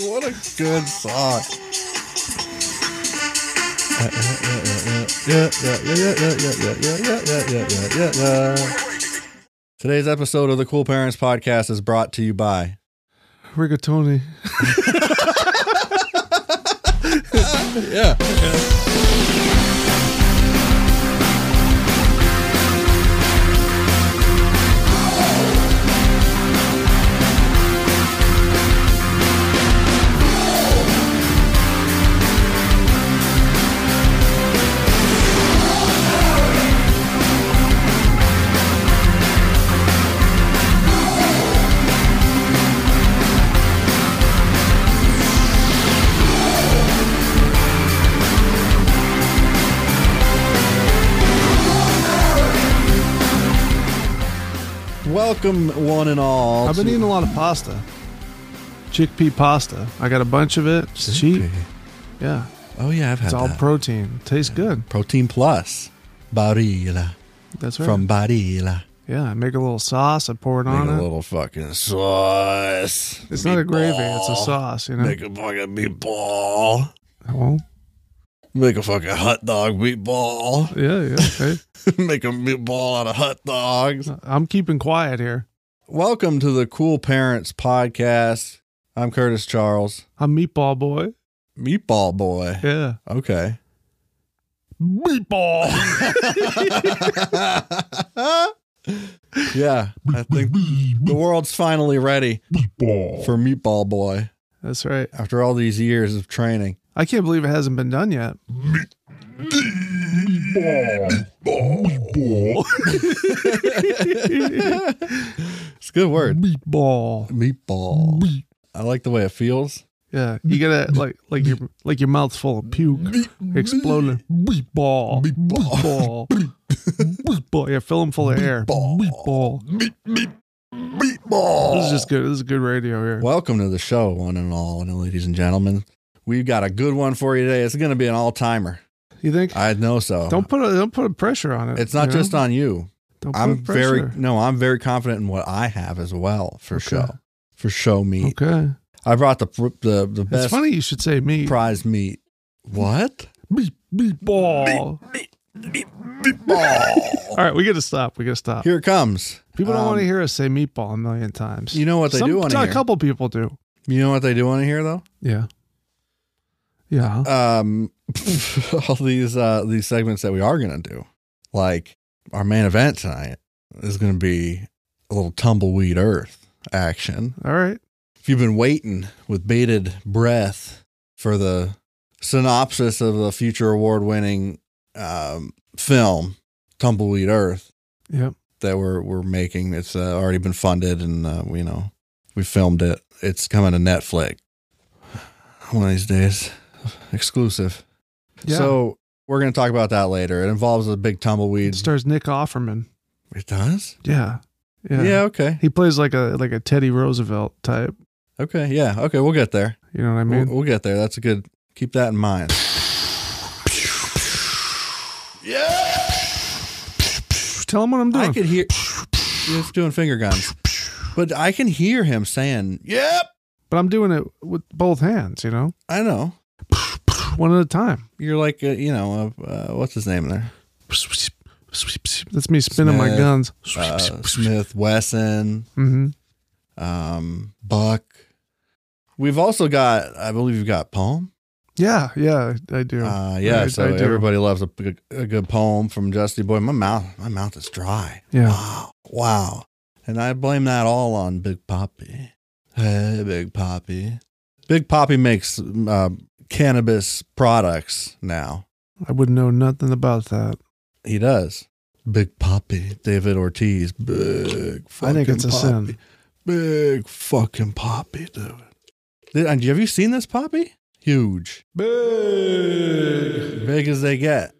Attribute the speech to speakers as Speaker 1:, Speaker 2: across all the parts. Speaker 1: What a good song. Today's episode of the Cool Parents Podcast is brought to you by.
Speaker 2: Rigatoni.
Speaker 1: Yeah. Welcome, one and all.
Speaker 2: I've been
Speaker 1: to-
Speaker 2: eating a lot of pasta. Chickpea pasta. I got a bunch of it. It's cheap. Yeah.
Speaker 1: Oh, yeah, I've had
Speaker 2: It's all
Speaker 1: that.
Speaker 2: protein. Tastes good.
Speaker 1: Protein Plus. Barilla.
Speaker 2: That's right.
Speaker 1: From Barilla.
Speaker 2: yeah, I make a little sauce. I pour it on
Speaker 1: Make
Speaker 2: it.
Speaker 1: a little fucking sauce.
Speaker 2: it's not a gravy. It's a
Speaker 1: Meatball.
Speaker 2: sauce. You know.
Speaker 1: Make a fucking meatball.
Speaker 2: well,
Speaker 1: Make a fucking hot dog meatball.
Speaker 2: yeah, yeah. okay.
Speaker 1: Make a meatball out of hot dogs.
Speaker 2: I'm keeping quiet here.
Speaker 1: Welcome to the Cool Parents Podcast. I'm Curtis Charles,
Speaker 2: I'm meatball boy.
Speaker 1: Meatball Boy.
Speaker 2: Yeah.
Speaker 1: Okay.
Speaker 2: Meatball.
Speaker 1: yeah, I think the world's finally ready for Meatball Boy
Speaker 2: That's right.
Speaker 1: after all these years of training.
Speaker 2: I can't believe it hasn't been done yet.
Speaker 1: it's a good word.
Speaker 2: Meatball.
Speaker 1: Meatball. I like the way it feels.
Speaker 2: Yeah, you gotta like like your like your mouth's full of puke exploding. Meatball. Meatball. Meatball. Yeah, fill them full of air. Meatball. This is just good. This is good radio here.
Speaker 1: Welcome to the show, one and all, and ladies and gentlemen. We've got a good one for you today. It's going to be an all timer.
Speaker 2: You think?
Speaker 1: I know so.
Speaker 2: Don't put a, don't put a pressure on it.
Speaker 1: it's not
Speaker 2: you know?
Speaker 1: just on you.
Speaker 2: Don't put
Speaker 1: I'm very
Speaker 2: pressure.
Speaker 1: no. I'm very confident in what I have as well for
Speaker 2: Okay.
Speaker 1: show for show meat.
Speaker 2: okay.
Speaker 1: I brought the pr- the the
Speaker 2: It's
Speaker 1: best
Speaker 2: funny you should say meat.
Speaker 1: prize meat. What?
Speaker 2: Meat- Meatball. All right, we gotta stop. We gotta stop.
Speaker 1: Here it comes.
Speaker 2: People don't
Speaker 1: Um,
Speaker 2: want to hear us say meatball a million times.
Speaker 1: You know what they
Speaker 2: Some-
Speaker 1: do want to
Speaker 2: A
Speaker 1: hear.
Speaker 2: couple people do.
Speaker 1: you know what they do want to hear though.
Speaker 2: Yeah. Yeah.
Speaker 1: Um, all these uh these segments that we are gonna do, like our main event tonight is gonna be a little tumbleweed earth action.
Speaker 2: All right.
Speaker 1: If you've been waiting with bated breath for the synopsis of the future award winning um, film, Tumbleweed Earth,
Speaker 2: Yep.
Speaker 1: that we're, we're making, it's uh, already been funded and, uh, we, you know, we filmed it. It's coming to Netflix one of these days, exclusive.
Speaker 2: Yeah.
Speaker 1: So we're going to talk about that later. It involves a big tumbleweed.
Speaker 2: It stars Nick Offerman.
Speaker 1: It does?
Speaker 2: Yeah.
Speaker 1: Yeah.
Speaker 2: Yeah.
Speaker 1: okay.
Speaker 2: He plays like a like a Teddy Roosevelt type.
Speaker 1: Okay. Yeah. Okay. We'll get there.
Speaker 2: You know what I
Speaker 1: We'll,
Speaker 2: mean?
Speaker 1: we'll get there. That's a good. Keep that in mind. Yeah,
Speaker 2: Tell him what I'm
Speaker 1: I
Speaker 2: doing.
Speaker 1: could hear. Just doing finger guns, but I can hear him saying, "Yep,
Speaker 2: But I'm doing it with both hands, you know?
Speaker 1: I know."
Speaker 2: One at a time.
Speaker 1: You're like, a, you know, a, uh, what's his name there?
Speaker 2: That's me spinning my
Speaker 1: Smith.
Speaker 2: guns.
Speaker 1: Uh, Smith Wesson,
Speaker 2: hmm
Speaker 1: um, Buck. We've also got, I believe, you've got poem.
Speaker 2: Yeah, yeah, I do.
Speaker 1: Uh, yeah,
Speaker 2: I-
Speaker 1: so
Speaker 2: I do.
Speaker 1: everybody loves a, a good poem from Justy Boy. My mouth, my mouth is dry.
Speaker 2: Yeah.
Speaker 1: Wow, wow, and I blame that all on Big Poppy. Hey, Big Poppy. Big Poppy makes uh, cannabis products now.
Speaker 2: I wouldn't know nothing about that.
Speaker 1: He does. Big Poppy, David Ortiz. Big. Fucking
Speaker 2: I think it's a
Speaker 1: Poppy.
Speaker 2: sin.
Speaker 1: Big fucking Poppy, dude. Did, and have you seen this Poppy? Huge,
Speaker 2: Big.
Speaker 1: big as they get.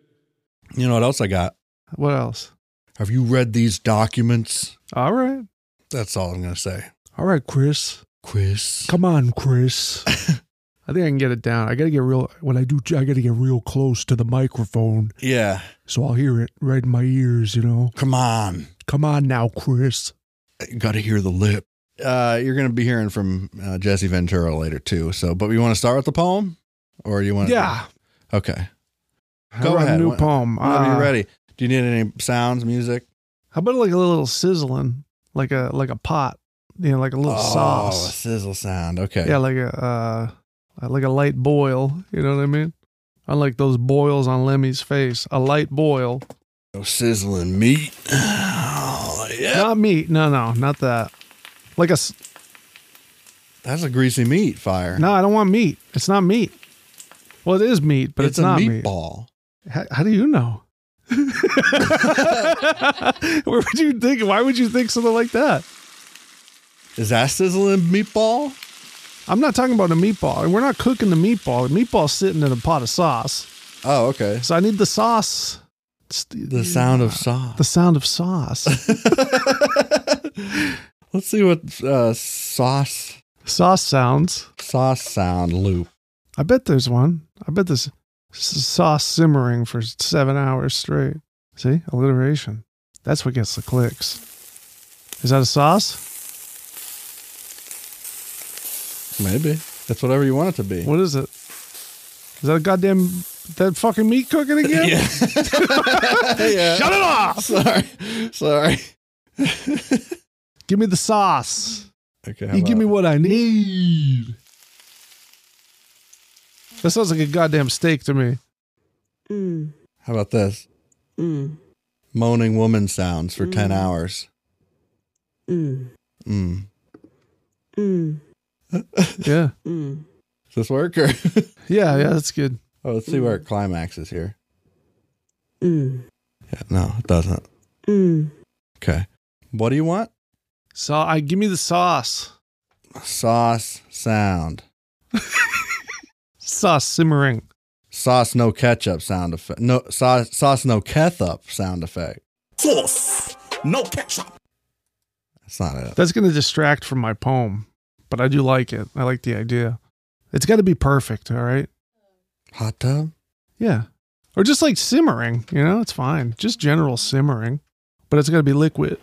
Speaker 1: You know what else I got?
Speaker 2: What else?
Speaker 1: Have you read these documents?
Speaker 2: All right.
Speaker 1: That's all I'm going to say.
Speaker 2: All right, Chris.
Speaker 1: Chris.
Speaker 2: Come on, Chris. I think I can get it down. I got to get real. When I do, I got to get real close to the microphone.
Speaker 1: Yeah.
Speaker 2: So I'll hear it right in my ears, you know.
Speaker 1: Come on.
Speaker 2: Come on now, Chris.
Speaker 1: You got to hear the lip. uh, you're going to be hearing from uh, Jesse Ventura later too. So, but we want to start with the poem, or you want?
Speaker 2: Yeah.
Speaker 1: Okay.
Speaker 2: I
Speaker 1: Go
Speaker 2: wrote
Speaker 1: ahead.
Speaker 2: A new
Speaker 1: Wh-
Speaker 2: poem.
Speaker 1: Whenever
Speaker 2: Uh,
Speaker 1: you're ready. Do you need any sounds, music?
Speaker 2: How about like a little sizzling, like a like a pot, you know, like a little
Speaker 1: Oh, a
Speaker 2: sauce.
Speaker 1: sizzle sound. Okay.
Speaker 2: Yeah, like a uh, like a light boil. You know what I mean? Unlike those boils on Lemmy's face, a light boil,
Speaker 1: No sizzling meat. Oh, yeah.
Speaker 2: not meat. No, no, not that. Like a s-
Speaker 1: That's a greasy meat fire.
Speaker 2: no. I don't want meat. It's not meat. Well, it is meat, but it's,
Speaker 1: a
Speaker 2: not meat.
Speaker 1: meatball.
Speaker 2: How, how do you know? Where would you think? Why would you think something like that?
Speaker 1: Is that sizzling meatball?
Speaker 2: I'm not talking about a meatball. We're not cooking the meatball. The meatball's sitting in a pot of sauce.
Speaker 1: Oh, okay.
Speaker 2: So I need the sauce.
Speaker 1: The sound of saw.
Speaker 2: The sound of sauce.
Speaker 1: Let's see what uh, sauce
Speaker 2: sauce sounds.
Speaker 1: sauce sound loop.
Speaker 2: I bet there's one. I bet there's s- sauce simmering for seven hours straight. See? Alliteration. That's what gets the clicks. Is that a sauce?
Speaker 1: Maybe that's whatever you want it to be.
Speaker 2: What is it? Is that a goddamn that fucking meat cooking again?
Speaker 1: Yeah. Yeah.
Speaker 2: Shut it off.
Speaker 1: Sorry. Sorry.
Speaker 2: Give me the sauce.
Speaker 1: Okay. how
Speaker 2: You give
Speaker 1: about-
Speaker 2: me what I need. That sounds like a goddamn steak to me.
Speaker 3: Mm,
Speaker 1: How about this?
Speaker 3: mm,
Speaker 1: Moaning woman sounds for 10
Speaker 3: Mm.
Speaker 1: hours.
Speaker 3: mm,
Speaker 1: Mm.
Speaker 3: mm,
Speaker 2: Yeah.
Speaker 3: mm.
Speaker 1: Does this work? Or?
Speaker 2: Yeah, yeah, that's good.
Speaker 1: oh, let's see where it climaxes here.
Speaker 3: Mm,
Speaker 1: Yeah, no, it doesn't.
Speaker 3: mm.
Speaker 1: Okay. What do you want?
Speaker 2: So I give me the sauce.
Speaker 1: Sauce sound.
Speaker 2: Sauce simmering.
Speaker 1: Sauce no ketchup sound effect. No sauce sauce no ketchup sound effect.
Speaker 4: sauce, no ketchup.
Speaker 1: That's not it.
Speaker 2: That's gonna distract from my poem. But I do like it. I like the idea. It's gotta be perfect, all right?
Speaker 1: Hot tub?
Speaker 2: Yeah. Or just like simmering, you know, it's fine. Just general simmering. But it's gotta be liquid.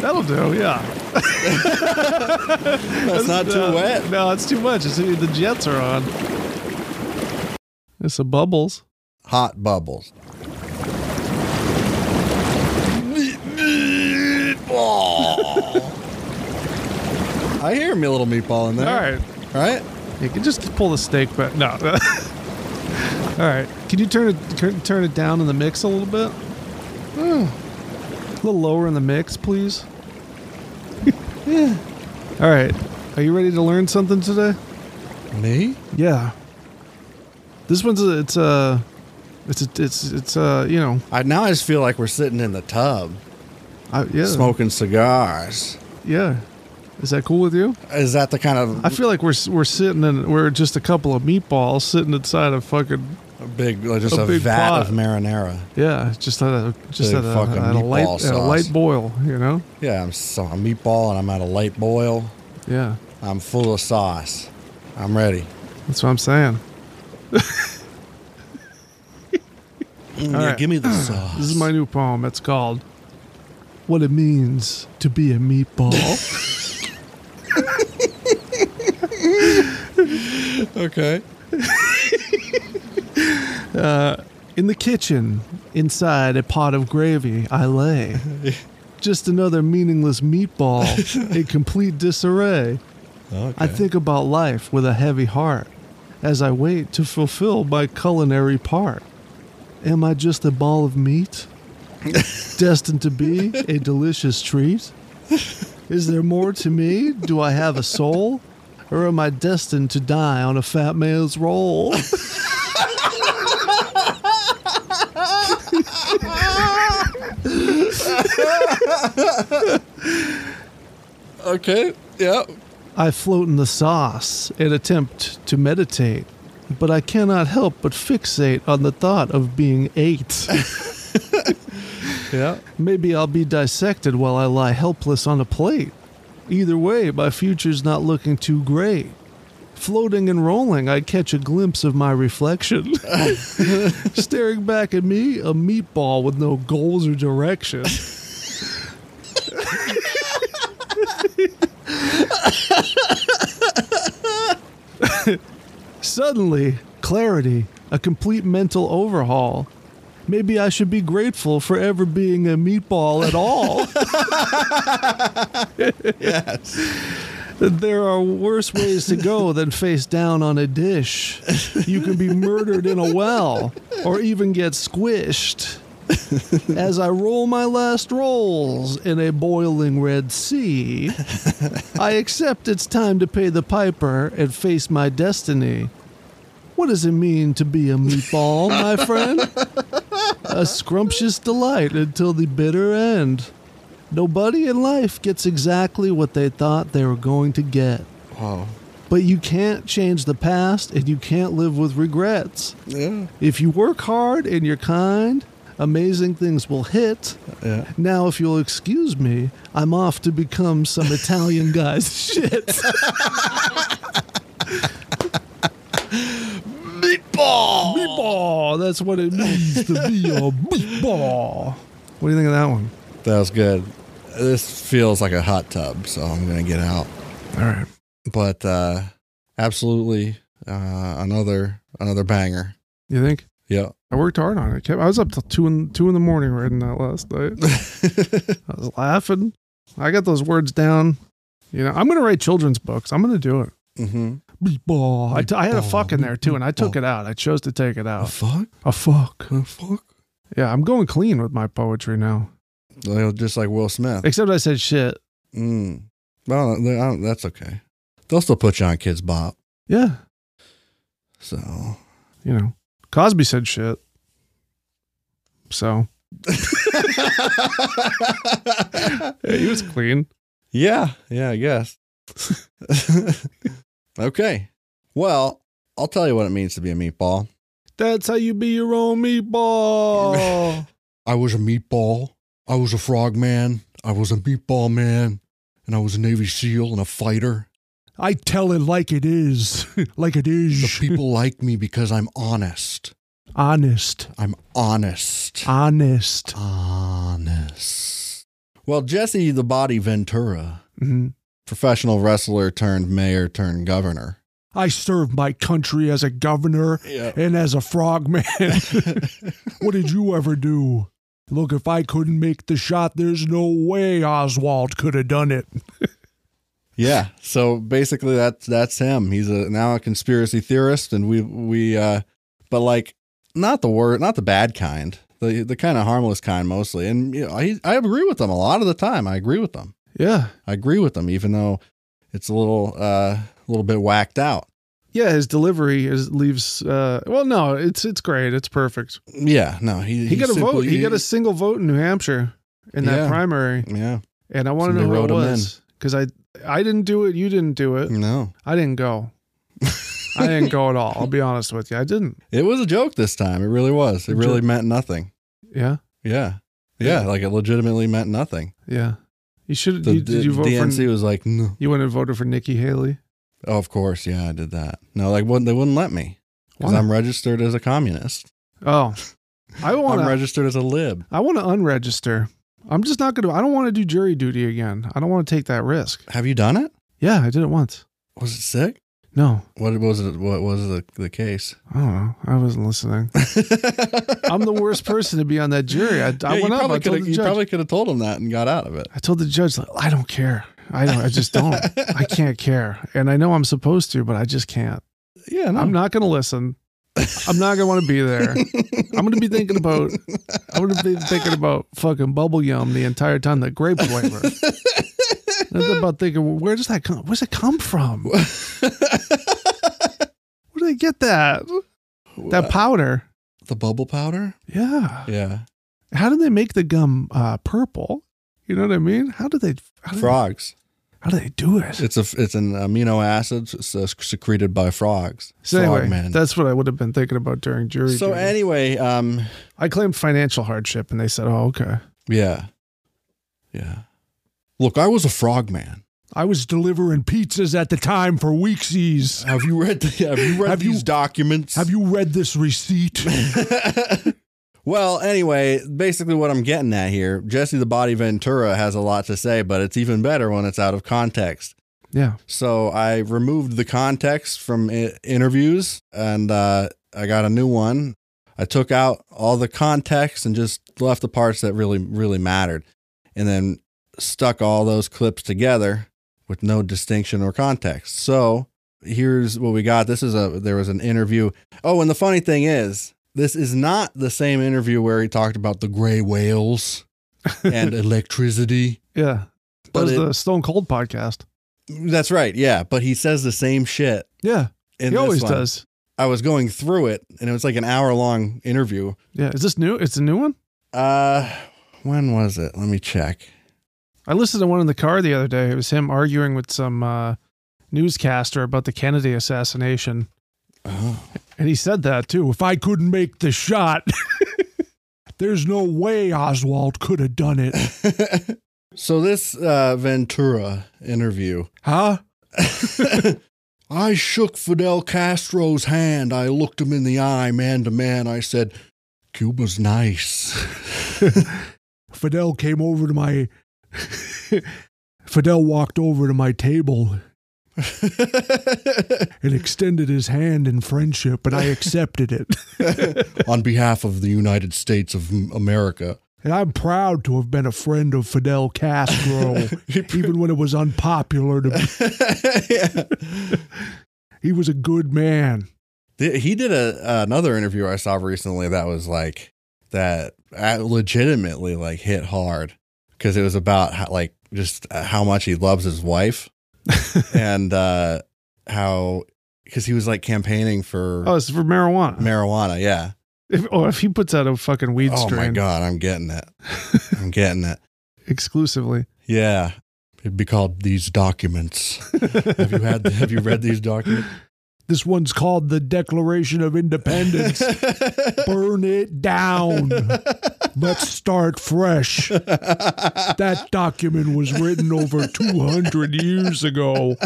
Speaker 2: That'll do, yeah.
Speaker 1: That's not too
Speaker 2: No,
Speaker 1: wet.
Speaker 2: No, it's too much. It's, the jets are on. It's the bubbles.
Speaker 1: Hot bubbles. Meatball. I hear me little meatball in there.
Speaker 2: All right.
Speaker 1: Right?
Speaker 2: You can just pull the steak back. No. All right. Can you turn it turn- turn it down in the mix a little bit? Mm. A little lower in the mix, please. yeah. All right. Are you ready to learn something today?
Speaker 1: Me?
Speaker 2: Yeah. This one's a, it's a it's a, it's it's a, you know,
Speaker 1: I now I just feel like we're sitting in the tub
Speaker 2: I, yeah.
Speaker 1: smoking cigars.
Speaker 2: Yeah. Is that cool with you?
Speaker 1: Is that the kind of
Speaker 2: I feel like we're we're sitting in we're just a couple of meatballs sitting inside a fucking
Speaker 1: big, like just
Speaker 2: a
Speaker 1: a,
Speaker 2: big
Speaker 1: vat
Speaker 2: pot.
Speaker 1: of marinara?
Speaker 2: yeah just at a just
Speaker 1: Big
Speaker 2: at a,
Speaker 1: fucking
Speaker 2: at a light
Speaker 1: meatball
Speaker 2: at a
Speaker 1: sauce.
Speaker 2: light boil you know
Speaker 1: Yeah, I'm so a meatball and I'm at a light boil.
Speaker 2: yeah
Speaker 1: I'm full of sauce. I'm ready.
Speaker 2: that's what I'm saying
Speaker 1: Mm,
Speaker 2: All
Speaker 1: yeah,
Speaker 2: right.
Speaker 1: Give me the sauce.
Speaker 2: this is my new poem it's called what it means to be a meatball
Speaker 1: okay.
Speaker 2: Uh, in the kitchen inside a pot of gravy I lay just another meaningless meatball in complete disarray.
Speaker 1: Okay.
Speaker 2: I think about life with a heavy heart as I wait to fulfill my culinary part. Am I just a ball of meat, destined to be a delicious treat? Is there more to me? Do I have a soul? Or am I destined to die on a fat man's roll?
Speaker 1: Okay. Yeah.
Speaker 2: I float in the sauce and attempt to meditate, but I cannot help but fixate on the thought of being ate.
Speaker 1: Yeah.
Speaker 2: Maybe I'll be dissected while I lie helpless on a plate. Either way, my future's not looking too great. Floating and rolling, I catch a glimpse of my reflection. Staring back at me, a meatball with no goals or direction. Suddenly, clarity, a complete mental overhaul. Maybe I should be grateful for ever being a meatball at all.
Speaker 1: Yes.
Speaker 2: There are worse ways to go than face down on a dish. You can be murdered in a well or even get squished. As I roll my last rolls in a boiling Red Sea, I accept it's time to pay the piper and face my destiny. What does it mean to be a meatball, my friend? A scrumptious delight until the bitter end. Nobody in life gets exactly what they thought they were going to get.
Speaker 1: Wow.
Speaker 2: But you can't change the past and you can't live with regrets.
Speaker 1: Yeah.
Speaker 2: If you work hard and you're kind, amazing things will hit.
Speaker 1: Yeah.
Speaker 2: Now, if you'll excuse me, I'm off to become some Italian guy's shit.
Speaker 1: Meatball.
Speaker 2: Meatball! That's what it means to be a meatball. What do you think of that one?
Speaker 1: That was good. This feels like a hot tub, so I'm gonna get out.
Speaker 2: All right.
Speaker 1: But uh absolutely uh another another banger.
Speaker 2: You think?
Speaker 1: Yeah.
Speaker 2: I worked hard on it. Kept- I was up till two in two in the morning writing that last night. I was laughing. I got those words down. You know, I'm gonna write children's books. I'm gonna do it.
Speaker 1: mm-hmm.
Speaker 2: Meatball. I, t- I had a
Speaker 1: Meatball.
Speaker 2: fuck in there too, and I took
Speaker 1: Meatball.
Speaker 2: it out. I chose to take it
Speaker 1: Oh
Speaker 2: out.
Speaker 1: fuck.
Speaker 2: A fuck.
Speaker 1: Oh fuck.
Speaker 2: Yeah, I'm going clean with my poetry now.
Speaker 1: They'll- Just like Will Smith.
Speaker 2: Except I said shit.
Speaker 1: Mm. Well, they- I don't- that's okay. They'll still put you on Kids Bop.
Speaker 2: Yeah,
Speaker 1: So.
Speaker 2: you know, Cosby said shit. So yeah, he was clean.
Speaker 1: Yeah, yeah, I guess. okay. Well, I'll tell you what it means to be a meatball.
Speaker 2: That's how you be your own meatball.
Speaker 1: I was a meatball. I was a frogman. I was a meatball man. And I was a Navy SEAL and a fighter.
Speaker 2: I tell it like it is, like it
Speaker 1: The
Speaker 2: is.
Speaker 1: people like me because I'm honest.
Speaker 2: honest,
Speaker 1: I'm honest.
Speaker 2: Ah. honest.
Speaker 1: Honest. Well, Jesse the Body Ventura,
Speaker 2: Mhm.
Speaker 1: professional wrestler turned mayor turned governor.
Speaker 2: I served my country as a governor
Speaker 1: Yeah.
Speaker 2: and as a frogman. what did you ever do? Look, if I couldn't make the shot, there's no way Oswald could have done it.
Speaker 1: Yeah. So basically, that's that's him. He's a now a conspiracy theorist, and we we uh, but like not the word, not the bad kind, the the kind of harmless kind mostly. And you know, I I agree with them a lot of the time. I agree with them.
Speaker 2: Yeah.
Speaker 1: I agree with them, even though it's a little uh a little bit whacked out.
Speaker 2: Yeah, his delivery is leaves uh well no, it's it's great. It's perfect.
Speaker 1: Yeah. No, he
Speaker 2: He got a
Speaker 1: simply-
Speaker 2: vote. He got a single vote in New Hampshire in that
Speaker 1: Yeah.
Speaker 2: primary.
Speaker 1: yeah.
Speaker 2: And I want to know
Speaker 1: Somebody
Speaker 2: who
Speaker 1: wrote
Speaker 2: it
Speaker 1: him Mm.
Speaker 2: was cuz I I didn't do it, you didn't do it.
Speaker 1: No,
Speaker 2: I didn't go. I didn't go at all. I'll be honest with you. I didn't.
Speaker 1: it was a joke this time. It really was. It really
Speaker 2: Joke.
Speaker 1: meant nothing.
Speaker 2: Yeah.
Speaker 1: Yeah. Yeah,
Speaker 2: Yeah.
Speaker 1: like it legitimately meant nothing.
Speaker 2: Yeah. You should
Speaker 1: The,
Speaker 2: you, did you vote
Speaker 1: DNC
Speaker 2: for
Speaker 1: was like, no.
Speaker 2: You went and voted for Nikki Haley?
Speaker 1: Oh, of course, yeah, I did that. No, like wouldn't they wouldn't let me because
Speaker 2: Why?
Speaker 1: I'm registered as a communist.
Speaker 2: Oh. I want
Speaker 1: I'm
Speaker 2: to
Speaker 1: registered as a lib.
Speaker 2: I want to unregister. I'm just not going to I don't want to do jury duty again. I don't want to take that risk.
Speaker 1: Have you done it?
Speaker 2: Yeah, I did it once.
Speaker 1: Was it sick?
Speaker 2: No.
Speaker 1: What was it? What was the the case?
Speaker 2: I don't know. I wasn't listening. I'm the worst person to be on that jury. I, I
Speaker 1: you
Speaker 2: went up. I
Speaker 1: probably
Speaker 2: told
Speaker 1: could
Speaker 2: the
Speaker 1: you
Speaker 2: judge.
Speaker 1: probably could have told him that and got out of it.
Speaker 2: I told the judge, like, I don't care. I don't. I just don't. I can't care. And I know I'm supposed to, but I just can't.
Speaker 1: Yeah, no.
Speaker 2: I'm not going to listen. I'm not going to want to be there. I'm going to be thinking about. I'm going to be thinking about fucking bubble yum the entire time. The grape flavor. Nothing about thinking. well, Where does that come? Where's it come from? Where do they get that? That powder.
Speaker 1: the bubble powder.
Speaker 2: Yeah.
Speaker 1: Yeah,
Speaker 2: How do they make the gum uh, purple? You know what I mean? How do they? How do,
Speaker 1: frogs.
Speaker 2: How do they do it?
Speaker 1: It's a it's an amino acid s- secreted by frogs.
Speaker 2: So anyway,
Speaker 1: Frogmen.
Speaker 2: that's what I would have been thinking about during jury
Speaker 1: So
Speaker 2: duty.
Speaker 1: anyway, um,
Speaker 2: I claimed financial hardship, and they said, "Oh, okay."
Speaker 1: yeah, yeah. Look, I was a frogman.
Speaker 2: I was delivering pizzas at the time for Weeksies.
Speaker 1: Have you read? The, have you read
Speaker 2: Have you-
Speaker 1: these documents?
Speaker 2: you read this receipt?
Speaker 1: you? well, anyway, basically what I'm getting at here, Jesse the Body Ventura has a lot to say, but it's even better when it's out of context.
Speaker 2: Yeah.
Speaker 1: So I removed the context from I- interviews and uh, I got a new one. I took out all the context and just left the parts that really, really mattered and then stuck all those clips together with no distinction or context. So here's what we got. This is a, there was an interview. Oh, and the funny thing is, this is not the same interview where he talked about the gray whales and electricity.
Speaker 2: Yeah. That
Speaker 1: But
Speaker 2: was
Speaker 1: it-
Speaker 2: the Stone Cold podcast.
Speaker 1: That's right. Yeah. But he says the same shit.
Speaker 2: Yeah.
Speaker 1: In
Speaker 2: he
Speaker 1: this
Speaker 2: always
Speaker 1: one.
Speaker 2: does.
Speaker 1: I was going through it and it was like an hour long interview.
Speaker 2: Yeah. Is this new? It's a new one?
Speaker 1: Uh, when was it? Let me check.
Speaker 2: I listened to one in the car the other day. It was him arguing with some uh, newscaster about the Kennedy assassination.
Speaker 1: Oh,
Speaker 2: And he said that too. If I couldn't make the shot, there's no way Oswald could have done it.
Speaker 1: so this uh, Ventura interview.
Speaker 2: Huh?
Speaker 1: I shook Fidel Castro's hand. I looked him in the eye, man to man. I said, "Cuba's nice."
Speaker 2: Fidel came over to my. Fidel walked over to my table and extended his hand in friendship, and I accepted it.
Speaker 1: On behalf of the United States of America,
Speaker 2: And I'm proud to have been a friend of Fidel Castro, even when it was unpopular to be.
Speaker 1: yeah.
Speaker 2: He was a good man.
Speaker 1: Th- He did a another interview I saw recently that was like that uh, legitimately like hit hard because it was about how, like just uh, how much he loves his wife and uh how because he was like campaigning for
Speaker 2: Oh, it's for marijuana.
Speaker 1: marijuana. Yeah.
Speaker 2: if, oh, if he puts out a fucking weed
Speaker 1: Oh my
Speaker 2: strain
Speaker 1: god, I'm getting it. I'm getting it.
Speaker 2: exclusively.
Speaker 1: Yeah. It'd be called these documents. Have you had? Have you read these documents?
Speaker 2: This one's called the Declaration of Independence. Burn it down. Let's start fresh. That document was written over 200 years ago.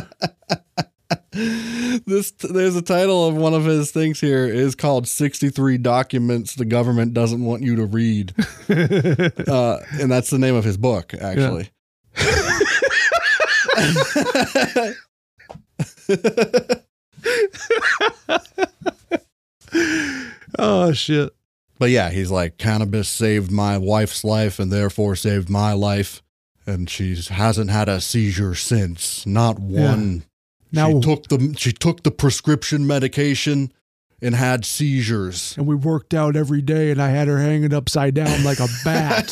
Speaker 1: this there's a title of one of his things here is called 63 documents the government doesn't want you to read uh, and that's the name of his book actually
Speaker 2: Oh, shit.
Speaker 1: but yeah he's like cannabis saved my wife's life and therefore saved my life and she hasn't had a seizure since not
Speaker 2: Yeah.
Speaker 1: one
Speaker 2: Now,
Speaker 1: she took the she took the prescription medication and had seizures
Speaker 2: and we worked out every day, and I had her hanging upside down like a bat.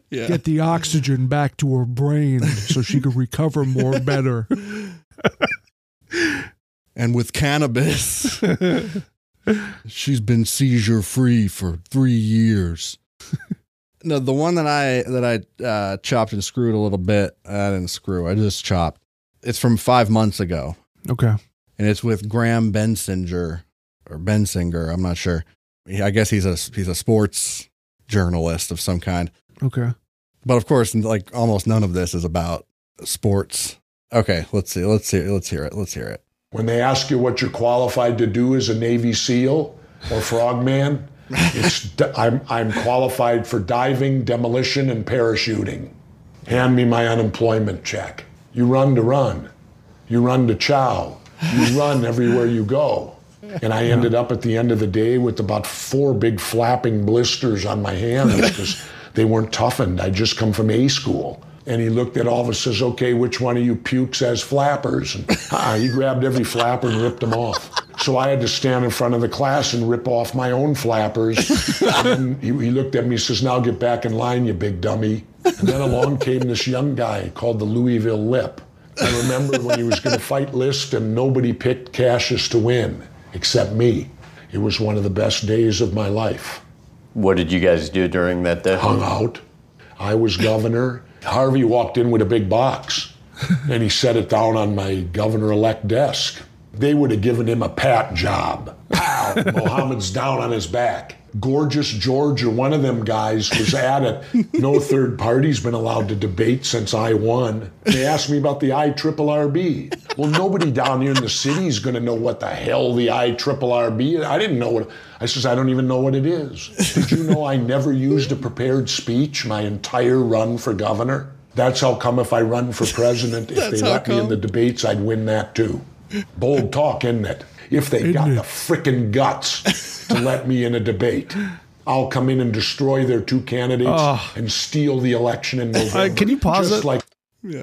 Speaker 1: yeah
Speaker 2: Get the oxygen back to her brain so she could recover more better.
Speaker 1: and with cannabis, she's been seizure free for three years. no, the one that I that I uh, chopped and screwed a little bit. I didn't screw. I just chopped. It's from five months ago,
Speaker 2: Okay.
Speaker 1: and it's with Graham Bensinger or Bensinger. I'm not sure. He- I guess he's a he's a sports journalist of some kind.
Speaker 2: Okay.
Speaker 1: But of course, like almost none of this is about sports. Okay, let's see. Let's see. Let's hear it. Let's hear it.
Speaker 5: When they ask you what you're qualified to do as a Navy SEAL or frogman, it's, I'm, I'm qualified for diving, demolition, and parachuting. Hand me my unemployment check. You run to run. You run to chow. You run everywhere you go. And I ended up at the end of the day with about four big flapping blisters on my hand because they weren't toughened. I'd just come from A school. And he looked at all of us and says, okay, which one of you pukes has flappers? And uh, he grabbed every flapper and ripped them off. So I had to stand in front of the class and rip off my own flappers. And he, he looked at me and says, now get back in line, you big dummy. And then along came this young guy called the Louisville Lip. I remember when he was going to fight List and nobody picked Cassius to win except me. It was one of the best days of my life.
Speaker 6: What did you guys do during that day?
Speaker 5: Hung out. I was governor. Harvey walked in with a big box and he set it down on my governor elect desk. They would have given him a pat job. Wow, Mohammed's down on his back. Gorgeous George or one of them guys was at it. No third party's been allowed to debate since I won. They asked me about the IRRRB. Well, nobody down here in the city is going to know what the hell the IRRRB is. I didn't know what. I says, I don't even know what it is. Did you know I never used a prepared speech my entire run for governor? That's how come if I run for president, if
Speaker 1: That's
Speaker 5: they
Speaker 1: how
Speaker 5: let me in
Speaker 1: come.
Speaker 5: the debates, I'd win that too. Bold talk, isn't it? If they got the frickin' guts to let me in a debate, I'll come in and destroy their two candidates and steal the election in November.
Speaker 2: Uh, can you pause
Speaker 5: just
Speaker 2: it?
Speaker 5: Like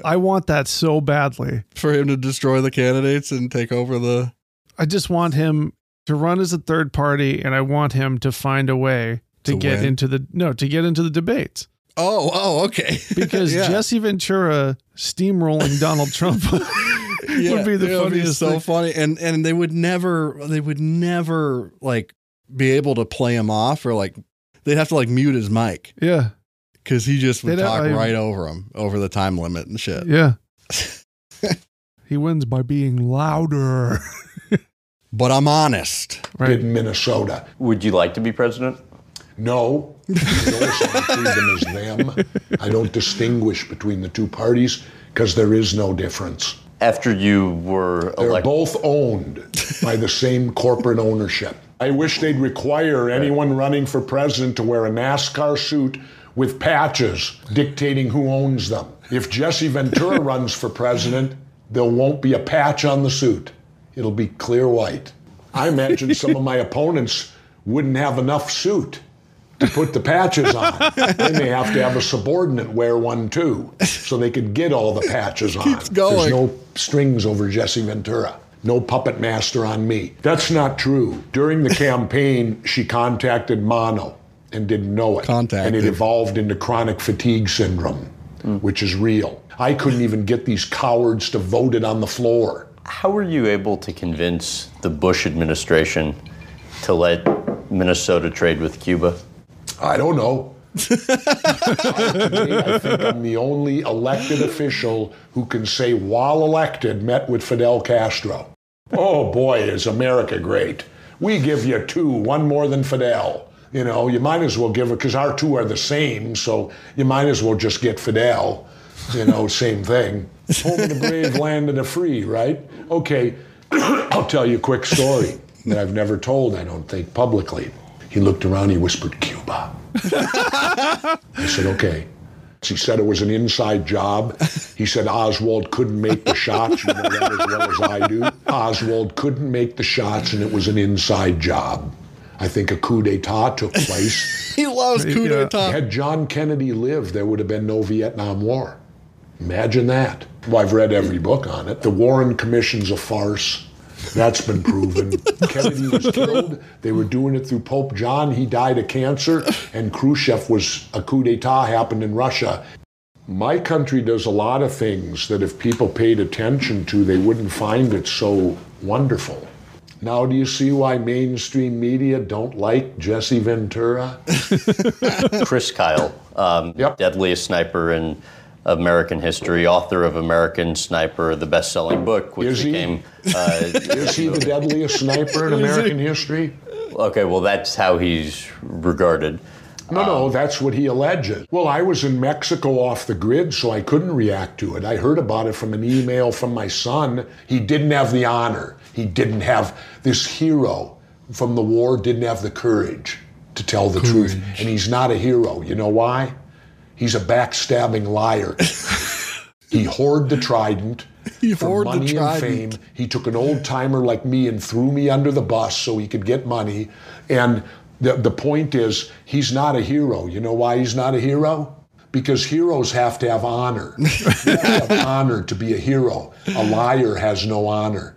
Speaker 2: I want that so badly.
Speaker 1: for him to destroy the candidates and take over the
Speaker 2: I just want him to run as a third party, and I want him to find a way to,
Speaker 1: To
Speaker 2: get
Speaker 1: win?
Speaker 2: into the no to get into the debates
Speaker 1: Oh, oh, okay.
Speaker 2: because
Speaker 1: Yeah.
Speaker 2: Jesse Ventura steamrolling Donald Trump would be the
Speaker 1: it
Speaker 2: funniest
Speaker 1: so
Speaker 2: thing.
Speaker 1: funny, and and they would never, they would never like be able to play him off or like they'd have to like mute his mic
Speaker 2: yeah,
Speaker 1: because he just would
Speaker 2: They'd have-
Speaker 1: talk
Speaker 2: I-
Speaker 1: right over him over the time limit and shit.
Speaker 2: yeah. he wins by being louder.
Speaker 1: But I'm honest.
Speaker 2: Right.
Speaker 5: in Minnesota.
Speaker 6: Would you like to be president?
Speaker 5: No, I always have to treat them as them. I don't distinguish between the two parties because there is no difference.
Speaker 6: After you were
Speaker 5: They're
Speaker 6: elected,
Speaker 5: both owned by the same corporate ownership. I wish they'd require anyone running for president to wear a NASCAR suit with patches dictating who owns them. If Jesse Ventura runs for president, there won't be a patch on the suit. It'll be clear white. I imagine some of my opponents wouldn't have enough suit to put the patches on. They may have to have a subordinate wear one too, so they could get all the patches on.
Speaker 1: going.
Speaker 5: There's no strings over Jesse Ventura. No puppet master on me. That's not true. During the campaign, she contacted mono and didn't know it. And
Speaker 1: Contacted.
Speaker 5: it evolved into chronic fatigue syndrome, which is real. I couldn't even get these cowards to vote it on the floor.
Speaker 6: how were you able to convince the Bush administration to let Minnesota trade with Cuba?
Speaker 5: I don't know. I think I'm the only elected official who can say, while elected, met with Fidel Castro. Oh boy, is America great. We give you two, one more than Fidel. You know, you might as well give it, because our two are the same, so you might as well just get Fidel. You know, same thing. Home of the brave, land of the free, right? Okay, I'll tell you a quick story that I've never told, I don't think, publicly. He looked around, he whispered, Cuba. I said, okay. He said it was an inside job. He said Oswald couldn't make the shots. You know that as well as I do. Oswald couldn't make the shots, and it was an inside job. I think a coup d'etat took place.
Speaker 1: He loves coup d'etat.
Speaker 5: Had John Kennedy lived, there would have been no Vietnam War. Imagine that. Well, I've read every book on it. The Warren Commission's a farce. That's been proven. Kennedy was killed. They were doing it through Pope John. He died of cancer. And Khrushchev was a coup d'etat happened in Russia. My country does a lot of things that if people paid attention to, they wouldn't find it so wonderful. Now, do you see why mainstream media don't like Jesse Ventura?
Speaker 6: Chris Kyle, um,
Speaker 5: Yep.
Speaker 6: deadliest sniper in American history, author of American Sniper, the best-selling book, which
Speaker 5: Is he?
Speaker 6: became. Uh,
Speaker 5: Is he the deadliest sniper in American history?
Speaker 6: uh, okay, well, that's how he's regarded.
Speaker 5: No, no, that's what he alleges. Well, I was in Mexico off the grid, so I couldn't react to it. I heard about it from an email from my son. He didn't have the honor. He didn't have this hero from the war, didn't have the courage to tell the truth. And he's not a hero. You know why? He's a backstabbing liar. he hoarded the trident.
Speaker 1: He
Speaker 5: for
Speaker 1: hoarded the
Speaker 5: money
Speaker 1: trident.
Speaker 5: and fame. He took an old timer like me and threw me under the bus so he could get money. And the, the point is, he's not a hero. You know why he's not a hero? Because heroes have to have honor. you have to have honor to be a hero. A liar has no honor.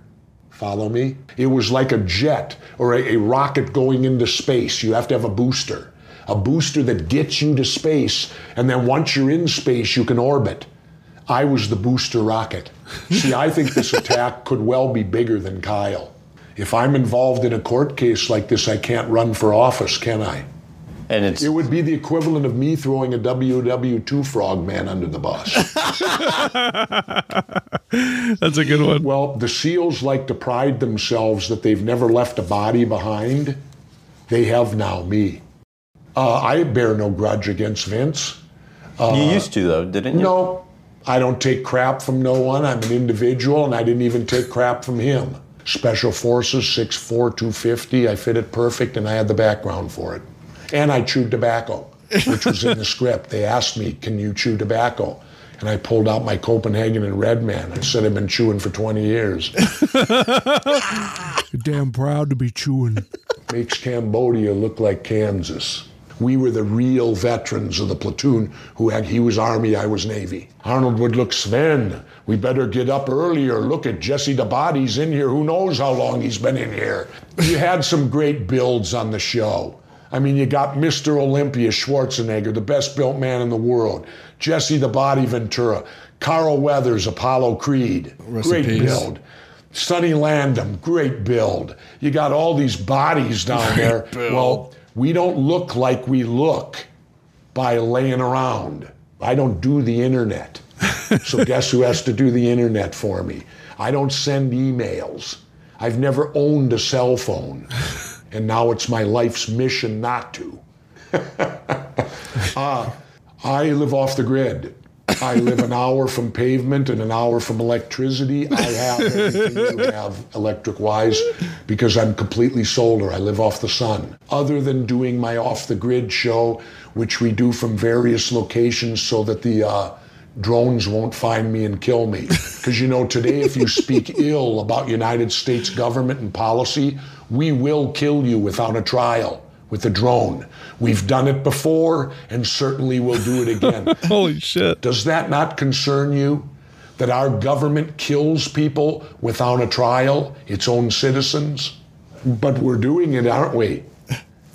Speaker 5: Follow me? It was like a jet or a, a rocket going into space. You have to have a booster, a booster that gets you to space. And then once you're in space, you can orbit. I was the booster rocket. See, I think this attack could well be bigger than Kyle. If I'm involved in a court case like this, I can't run for office, can I?
Speaker 6: And it's
Speaker 5: It would be the equivalent of me throwing a WW2 frogman under the bus.
Speaker 2: That's a good one.
Speaker 5: Well, the SEALs like to pride themselves that they've never left a body behind. They have now me. Uh, I bear no grudge against Vince.
Speaker 6: you used to though, didn't you?
Speaker 5: No, I don't take crap from no one. I'm an individual, and I didn't even take crap from him. Special Forces, 6'4, 250. I fit it perfect, and I had the background for it. And I chewed tobacco, which was in the script. They asked me, Can you chew tobacco? and I pulled out my Copenhagen and Red Man. I said I've been chewing for 20 years.
Speaker 2: You're damn proud to be chewing.
Speaker 5: Makes Cambodia look like Kansas. We were the real veterans of the platoon who had, he was Army, I was Navy. Arnold would look, Sven, we better get up earlier. Look at Jesse DeBody's in here. Who knows how long he's been in here? You had some great builds on the show. I mean, you got Mr. Olympia Schwarzenegger, the best built man in the world, Jesse the Body Ventura, Carl Weathers, Apollo Creed.
Speaker 1: in
Speaker 5: great
Speaker 1: peace.
Speaker 5: build. Sonny Landham, great build. You got all these bodies down there. Well, we don't look like we look by laying around. I don't do the internet. So guess who has to do the internet for me? I don't send emails. I've never owned a cell phone. And now it's my life's mission not to. I live off the grid. I live an hour from pavement and an hour from electricity. I have everything you have electric wise because I'm completely solar. I live off the sun. Other than doing my off the grid show, which we do from various locations so that the uh, drones won't find me and kill me. Because you know, today, if you speak ill about United States government and policy, we will kill you without a trial with a drone. We've done it before and certainly will do it again.
Speaker 2: Holy shit.
Speaker 5: Does that not concern you? That our government kills people without a trial, its own citizens? But we're doing it, aren't we?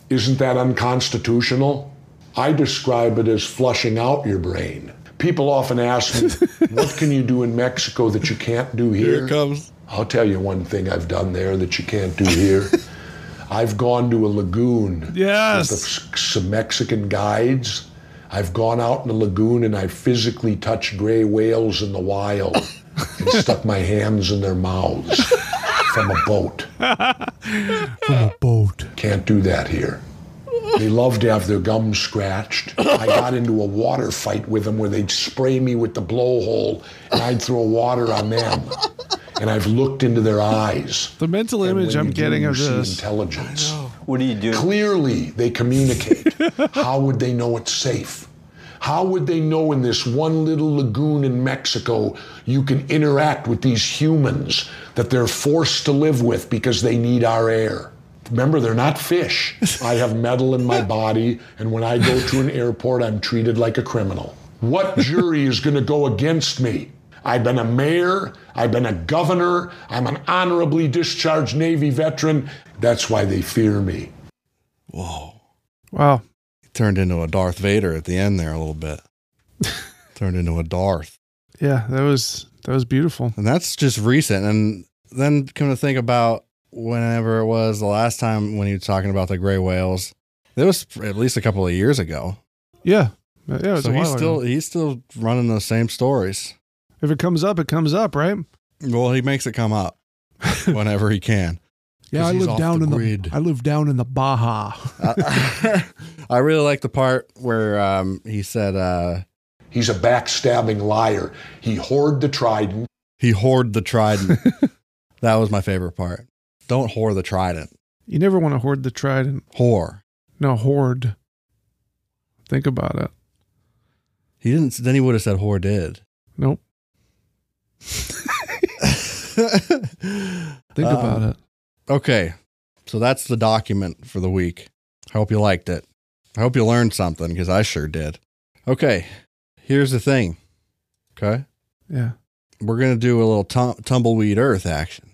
Speaker 5: Isn't that unconstitutional? I describe it as flushing out your brain. People often ask me, what can you do in Mexico that you can't do
Speaker 1: Here
Speaker 5: here?
Speaker 1: it comes.
Speaker 5: I'll tell you one thing I've done there that you can't do here. I've gone to a lagoon with
Speaker 2: Yes.
Speaker 5: the- some Mexican guides. I've gone out in the lagoon and I physically touched gray whales in the wild and stuck my hands in their mouths from a boat.
Speaker 2: Boat.
Speaker 5: Can't do that here. They love to have their gums scratched. I got into a water fight with them where they'd spray me with the blowhole and I'd throw water on them. And I've looked into their eyes.
Speaker 2: The mental image
Speaker 5: When
Speaker 2: I'm
Speaker 5: you do,
Speaker 2: getting
Speaker 5: you
Speaker 2: of
Speaker 5: see
Speaker 2: this.
Speaker 5: Intelligence
Speaker 6: What do you do?
Speaker 5: clearly they communicate. How would they know it's safe? How would they know in this one little lagoon in Mexico you can interact with these humans that they're forced to live with because they need our air? Remember, they're not fish. I have metal in my body, and when I go to an airport, I'm treated like a criminal. What jury is going to go against me? I've been a mayor. I've been a governor. I'm an honorably discharged Navy veteran. That's why they fear me.
Speaker 1: Whoa.
Speaker 2: Wow.
Speaker 1: Turned into a Darth Vader at the end there a little bit. Turned into a Darth.
Speaker 2: Yeah, that was that was beautiful.
Speaker 1: And that's just recent. And then come to think about whenever it was the last time when you were talking about the gray whales, it was at least a couple of years ago.
Speaker 2: Yeah. Yeah, it was
Speaker 1: So
Speaker 2: a
Speaker 1: he's
Speaker 2: while ago.
Speaker 1: still he's still running those same stories.
Speaker 2: If it comes up, it comes up, right?
Speaker 1: Well, he makes it come up whenever he can.
Speaker 2: Yeah,
Speaker 1: 'Cause
Speaker 2: I
Speaker 1: he's
Speaker 2: live
Speaker 1: off
Speaker 2: down
Speaker 1: the
Speaker 2: in
Speaker 1: grid.
Speaker 2: the I live down in the Baja.
Speaker 1: I, I really like the part where um, he said uh,
Speaker 5: He's a backstabbing liar. He hoard the trident.
Speaker 1: he hoard the trident. that was my favorite part. Don't hoard the trident.
Speaker 2: You never want to hoard the trident.
Speaker 1: Whore.
Speaker 2: No, hoard. Think about it.
Speaker 1: He didn't. Then he would have said whore did.
Speaker 2: Nope. Think
Speaker 1: Um,
Speaker 2: about it.
Speaker 1: Okay. So that's the document for the week. I hope you liked it. I hope you learned something because I sure did. Okay. Here's the thing. Okay.
Speaker 2: Yeah.
Speaker 1: We're going to do a little tum- tumbleweed earth action.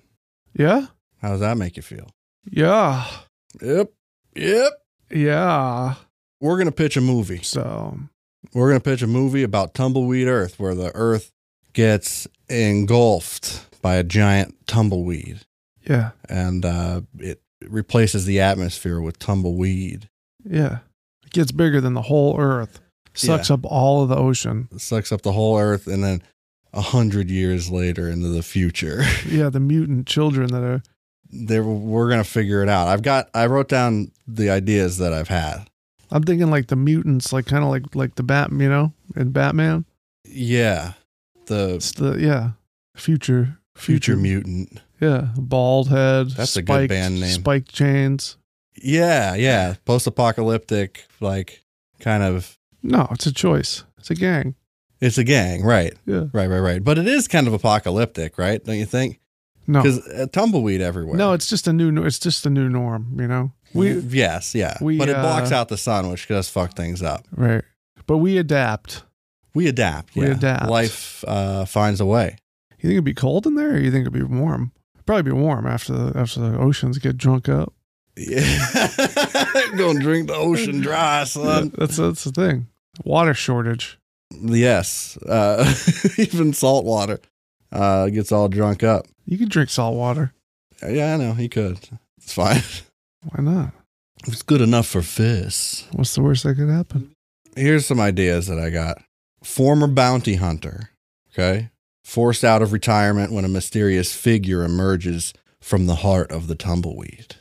Speaker 2: Yeah?
Speaker 1: How does that make you feel?
Speaker 2: Yeah.
Speaker 1: Yep. Yep.
Speaker 2: Yeah.
Speaker 1: We're going to pitch a movie.
Speaker 2: So
Speaker 1: We're going to pitch a movie about tumbleweed earth where the earth gets engulfed by a giant tumbleweed
Speaker 2: yeah.
Speaker 1: and uh, it replaces the atmosphere with tumbleweed.
Speaker 2: Yeah. It gets bigger than the whole earth. Sucks up all of the ocean.
Speaker 1: It sucks up the whole earth and then a hundred years later into the future
Speaker 2: Yeah, the mutant children that are
Speaker 1: there we're gonna figure it out i've got i wrote down the ideas that i've had
Speaker 2: I'm thinking like the mutants, like kinda like like the Bat you know, in Batman.
Speaker 1: yeah the
Speaker 2: It's the yeah. Future
Speaker 1: future mutant
Speaker 2: Yeah, bald head.
Speaker 1: That's a good
Speaker 2: spiked-
Speaker 1: band name.
Speaker 2: Spiked chains.
Speaker 1: yeah yeah post-apocalyptic like kind of
Speaker 2: No, it's a choice. It's a gang.
Speaker 1: It's a gang, right?
Speaker 2: Yeah.
Speaker 1: Right, right, right. But it is kind of apocalyptic, right? Don't you think?
Speaker 2: No.
Speaker 1: Because uh, tumbleweed everywhere.
Speaker 2: Oh. No, it's just a new it's just a new norm, you know. We
Speaker 1: yes, yeah.
Speaker 2: we,
Speaker 1: but it
Speaker 2: uh,
Speaker 1: blocks out the sun, which does fuck things up.
Speaker 2: right. But we adapt.
Speaker 1: We adapt.
Speaker 2: We
Speaker 1: yeah.
Speaker 2: adapt.
Speaker 1: Life uh, finds a way.
Speaker 2: You think it'd be cold in there or you think it'd be warm? Probably be warm after the after the oceans get drunk up.
Speaker 1: Yeah. Gonna drink the ocean dry, son.
Speaker 2: that's that's the thing. Water shortage.
Speaker 1: Yes. Uh, even salt water uh, gets all drunk up.
Speaker 2: You could drink salt water.
Speaker 1: Yeah, I know. He could. It's fine.
Speaker 2: Why not?
Speaker 1: It's good enough for fists.
Speaker 2: What's the worst that could happen?
Speaker 1: Here's some ideas that I got. Former bounty hunter, okay? Forced out of retirement when a mysterious figure emerges from the heart of the tumbleweed.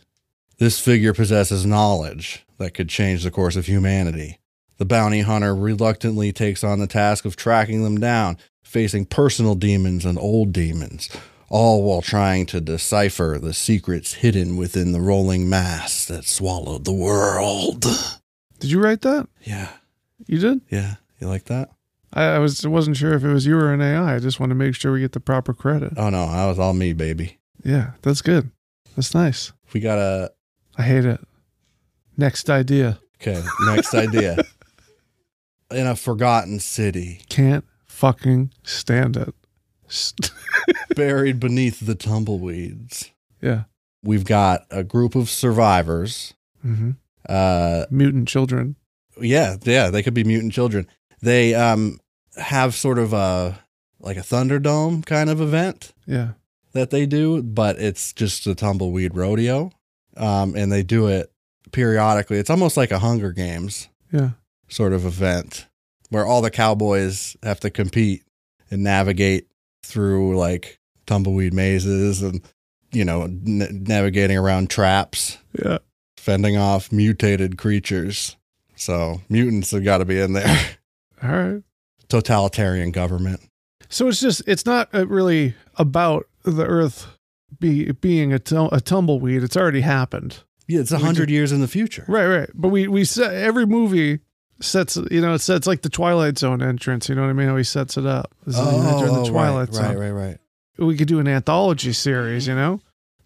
Speaker 1: This figure possesses knowledge that could change the course of humanity. The bounty hunter reluctantly takes on the task of tracking them down, facing personal demons and old demons, all while trying to decipher the secrets hidden within the rolling mass that swallowed the world.
Speaker 2: Did you write that?
Speaker 1: Yeah.
Speaker 2: You did?
Speaker 1: Yeah. You like that?
Speaker 2: I, I was wasn't sure if it was you or an AI. I just want to make sure we get the proper credit.
Speaker 1: Oh no, that was all me, baby.
Speaker 2: Yeah, that's good. That's nice.
Speaker 1: We got a
Speaker 2: I hate it. Next idea.
Speaker 1: okay, next idea. In a forgotten city,
Speaker 2: Can't fucking stand it. St-
Speaker 1: buried beneath the tumbleweeds.
Speaker 2: yeah.
Speaker 1: We've got a group of survivors.
Speaker 2: hmm
Speaker 1: Uh
Speaker 2: Mutant children.
Speaker 1: yeah, yeah, they could be mutant children. They um have sort of a like a Thunderdome kind of event
Speaker 2: Yeah.
Speaker 1: that they do, but it's just a tumbleweed rodeo. Um and they do it periodically. It's almost like a Hunger Games.
Speaker 2: Yeah.
Speaker 1: sort of event where all the cowboys have to compete and navigate through like tumbleweed mazes and you know n- navigating around traps
Speaker 2: Yeah.
Speaker 1: fending off mutated creatures so mutants have got to be in there
Speaker 2: All right.
Speaker 1: totalitarian government
Speaker 2: So it's just it's not uh, really about the Earth be, being a, tum- a tumbleweed. It's already happened.
Speaker 1: yeah it's a
Speaker 2: We
Speaker 1: hundred years in the future
Speaker 2: Right. Right. But we we set every movie sets you know it sets like the Twilight Zone entrance. You know what I mean? How he sets it up. This is, you know, during the
Speaker 1: Oh, right,
Speaker 2: Twilight Zone.
Speaker 1: right, right right
Speaker 2: we could do an anthology series, you know?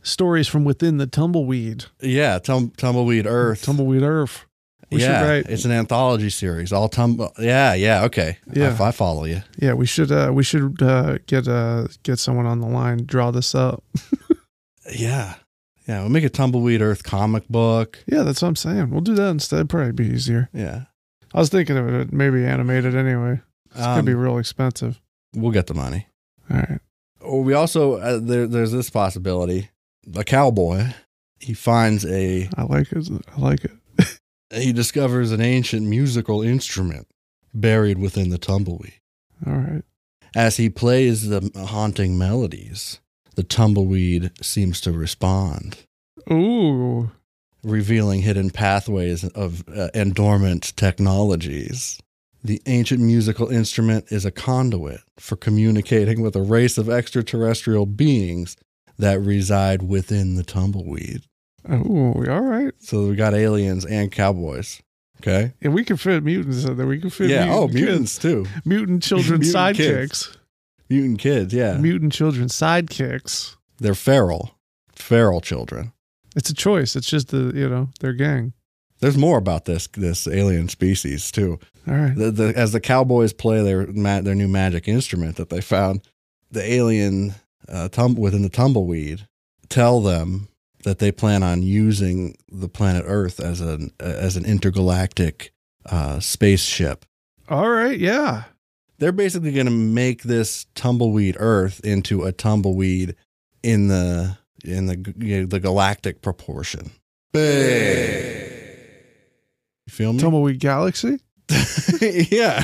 Speaker 2: Stories from within the tumbleweed.
Speaker 1: yeah tum- tumbleweed earth
Speaker 2: Tumbleweed Earth. We should
Speaker 1: yeah
Speaker 2: write-
Speaker 1: it's an anthology series all tumble yeah yeah okay
Speaker 2: Yeah.
Speaker 1: I, I follow you
Speaker 2: Yeah, we should uh we should uh get uh get someone on the line, draw this up.
Speaker 1: Yeah. Yeah. We'll make a Tumbleweed Earth comic book.
Speaker 2: Yeah, that's what I'm saying. We'll do that instead. It'd probably be easier.
Speaker 1: Yeah.
Speaker 2: I was thinking of it maybe animated anyway. It's gonna
Speaker 1: Um,
Speaker 2: be real expensive.
Speaker 1: We'll get the money.
Speaker 2: All right.
Speaker 1: Or we also, uh, there, there's this possibility a cowboy, he finds a,
Speaker 2: I like it. I like it.
Speaker 1: he discovers an ancient musical instrument buried within the tumbleweed.
Speaker 2: All right.
Speaker 1: As he plays the haunting melodies, the tumbleweed seems to respond,
Speaker 2: Ooh.
Speaker 1: revealing hidden pathways of uh, and dormant technologies. The ancient musical instrument is a conduit for communicating with a race of extraterrestrial beings that reside within the tumbleweed.
Speaker 2: Ooh, all right.
Speaker 1: So we got aliens and cowboys. Okay.
Speaker 2: And we can fit mutants in there. We can fit
Speaker 1: yeah.
Speaker 2: mutant
Speaker 1: oh,
Speaker 2: kids.
Speaker 1: mutants too.
Speaker 2: Mutant children
Speaker 1: Mutant kids.
Speaker 2: sidekicks.
Speaker 1: Mutant kids. Yeah.
Speaker 2: Mutant children sidekicks.
Speaker 1: They're feral, feral children.
Speaker 2: It's a choice. It's just the you know their gang.
Speaker 1: There's more about this this alien species too.
Speaker 2: All right.
Speaker 1: the, the as the cowboys play their ma- their new magic instrument that they found, the alien uh, tum- within the tumbleweed tell them that they plan on using the planet Earth as an as an intergalactic uh, spaceship.
Speaker 2: All right. Yeah.
Speaker 1: They're basically going to make this tumbleweed Earth into a tumbleweed in the in the g- you know, the galactic proportion. Big. You feel me?
Speaker 2: Tumbleweed Galaxy.
Speaker 1: yeah.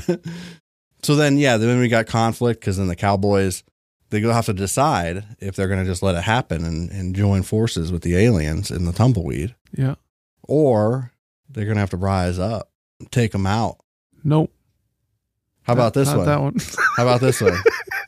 Speaker 1: So then, yeah, then we got conflict because then the Cowboys, they go have to decide if they're going to just let it happen and, and join forces with the aliens in the tumbleweed,
Speaker 2: Yeah.
Speaker 1: or they're going to have to rise up, and take them out.
Speaker 2: Nope.
Speaker 1: How about this
Speaker 2: Not
Speaker 1: one?
Speaker 2: That one.
Speaker 1: How about this one?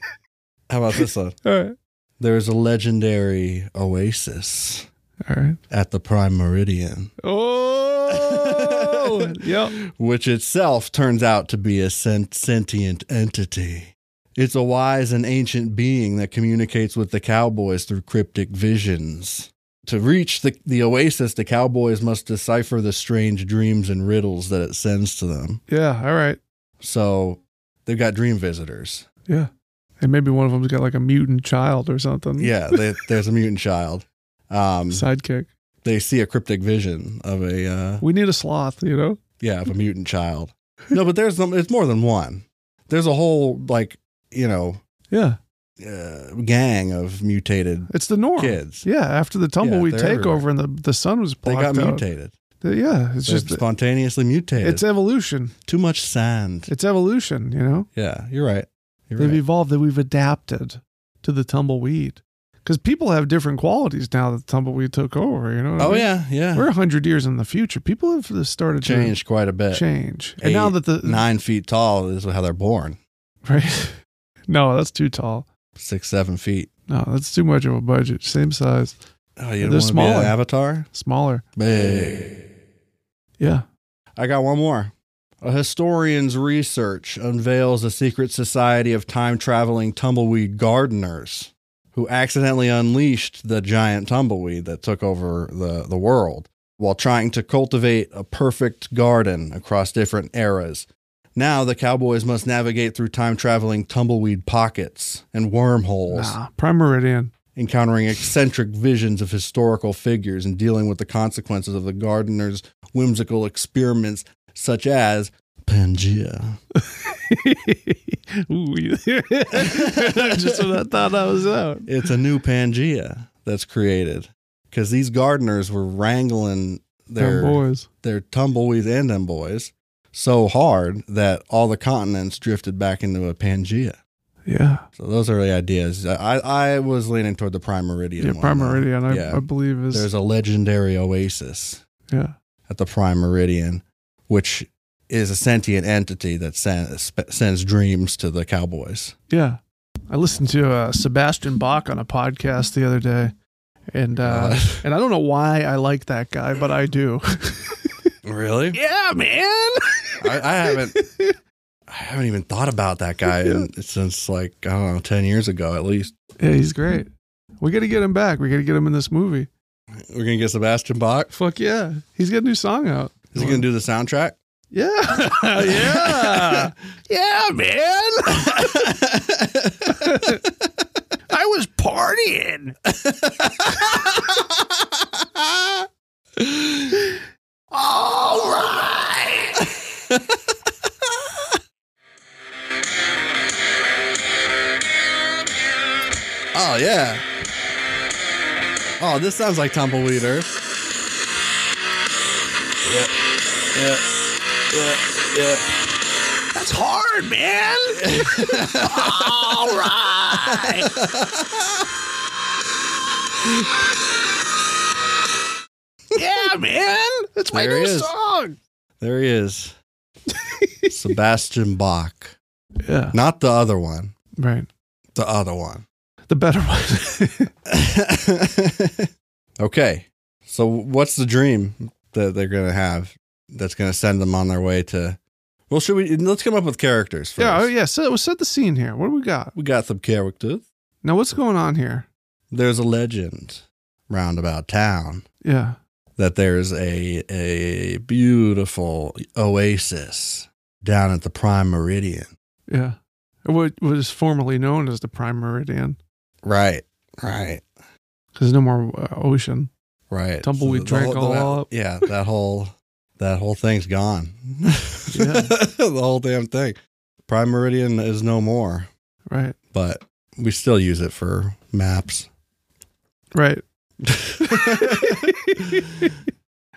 Speaker 1: How about this one?
Speaker 2: All right.
Speaker 1: There's a legendary oasis
Speaker 2: All right.
Speaker 1: at the Prime Meridian.
Speaker 2: Oh, doing. Yep.
Speaker 1: which itself turns out to be a sen- sentient entity. It's a wise and ancient being that communicates with the cowboys through cryptic visions. To reach the, the oasis, the cowboys must decipher the strange dreams and riddles that it sends to them.
Speaker 2: Yeah. All right.
Speaker 1: So they've got dream visitors.
Speaker 2: Yeah. And maybe one of them's got like a mutant child or something.
Speaker 1: Yeah, they, there's a mutant child. Um,
Speaker 2: Sidekick.
Speaker 1: they see a cryptic vision of a uh,
Speaker 2: We need a sloth, you know?
Speaker 1: yeah of a mutant child. No, but there's it's more than one. There's a whole like you know
Speaker 2: Yeah.
Speaker 1: uh, gang of mutated
Speaker 2: It's the norm.
Speaker 1: kids.
Speaker 2: Yeah. After the tumbleweed
Speaker 1: they're
Speaker 2: takeover and the, the sun was
Speaker 1: They
Speaker 2: blocked
Speaker 1: got
Speaker 2: out.
Speaker 1: mutated.
Speaker 2: The- Yeah. It's
Speaker 1: They
Speaker 2: just,
Speaker 1: spontaneously mutated.
Speaker 2: it's evolution.
Speaker 1: Too much sand.
Speaker 2: It's evolution, you know?
Speaker 1: Yeah, you're right. You're
Speaker 2: They've
Speaker 1: right.
Speaker 2: evolved, that we've adapted to the tumbleweed. Because people have different qualities now that the tumbleweed took over, you know? what I
Speaker 1: Oh
Speaker 2: mean?
Speaker 1: yeah, yeah.
Speaker 2: We're 100 years in the future. People have started
Speaker 1: changed quite a
Speaker 2: to
Speaker 1: bit.
Speaker 2: change. And now
Speaker 1: Eight,
Speaker 2: that the.
Speaker 1: nine feet tall is how they're born.
Speaker 2: Right? no, that's too tall.
Speaker 1: Six, seven feet.
Speaker 2: No, that's too much of a budget. Same size,
Speaker 1: Oh, you don't want
Speaker 2: They're
Speaker 1: to be
Speaker 2: smaller.
Speaker 1: an avatar?
Speaker 2: smaller.
Speaker 1: Big.
Speaker 2: Yeah.
Speaker 1: I got one more. A historian's research unveils a secret society of time traveling tumbleweed gardeners who accidentally unleashed the giant tumbleweed that took over the, the world while trying to cultivate a perfect garden across different eras. Now the cowboys must navigate through time traveling tumbleweed pockets and wormholes
Speaker 2: Nah, prime meridian.
Speaker 1: encountering eccentric visions of historical figures and dealing with the consequences of the gardener's whimsical experiments, such as Pangea.
Speaker 2: Ooh, you- just when I thought I was out.
Speaker 1: It's a new Pangea that's created because these gardeners were wrangling
Speaker 2: Damn
Speaker 1: their
Speaker 2: boys.
Speaker 1: their tumbleweeds and them boys so hard that all the continents drifted back into a Pangea.
Speaker 2: Yeah.
Speaker 1: So those are the ideas. I I was leaning toward the Prime Meridian.
Speaker 2: Yeah,
Speaker 1: one,
Speaker 2: prime
Speaker 1: though.
Speaker 2: meridian, I,
Speaker 1: Yeah.
Speaker 2: I believe, is.
Speaker 1: There's a legendary oasis
Speaker 2: yeah.
Speaker 1: at the prime meridian, which is a sentient entity that send, sp- sends dreams to the cowboys.
Speaker 2: Yeah. I listened to uh, Sebastian Bach on a podcast the other day. And uh,
Speaker 1: God.
Speaker 2: and I don't know why I like that guy, but I do.
Speaker 1: Really?
Speaker 2: yeah, man.
Speaker 1: I, I haven't. I haven't even thought about that guy in, since like I don't know ten years ago at least.
Speaker 2: Yeah, he's great. We got to get him back. We got to get him in this movie.
Speaker 1: We're gonna get Sebastian Bach.
Speaker 2: Fuck yeah. He's got a new song out.
Speaker 1: Is he gonna do the soundtrack?
Speaker 2: Yeah. yeah. yeah, man. I was partying. Oh!
Speaker 1: All right. oh yeah. Oh, this sounds like tumbleweed earth. Yeah. Yeah. Yeah. Yeah.
Speaker 2: That's hard, man. All right. yeah, man. That's my
Speaker 1: There he
Speaker 2: new
Speaker 1: is.
Speaker 2: song.
Speaker 1: There he is. Sebastian Bach.
Speaker 2: Yeah.
Speaker 1: Not the other one.
Speaker 2: Right.
Speaker 1: The other one.
Speaker 2: The better one.
Speaker 1: okay. So what's the dream that they're gonna have that's gonna send them on their way to Well should we let's come up with characters first.
Speaker 2: yeah. Oh, yeah. So set the scene here. What do we got?
Speaker 1: We got some characters.
Speaker 2: Now, what's going on here?
Speaker 1: There's a legend round about town
Speaker 2: Yeah.
Speaker 1: that there's a a beautiful oasis down at the prime meridian.
Speaker 2: Yeah. What was formerly known as the Prime Meridian
Speaker 1: Right. Right.
Speaker 2: because no more uh, ocean.
Speaker 1: Right.
Speaker 2: Tumbleweed
Speaker 1: the
Speaker 2: drank
Speaker 1: the-
Speaker 2: all up.
Speaker 1: Yeah, that whole that whole thing's gone.
Speaker 2: Yeah.
Speaker 1: the whole damn thing. Prime Meridian is no more,
Speaker 2: Right.
Speaker 1: but we still use it for maps.
Speaker 2: Right.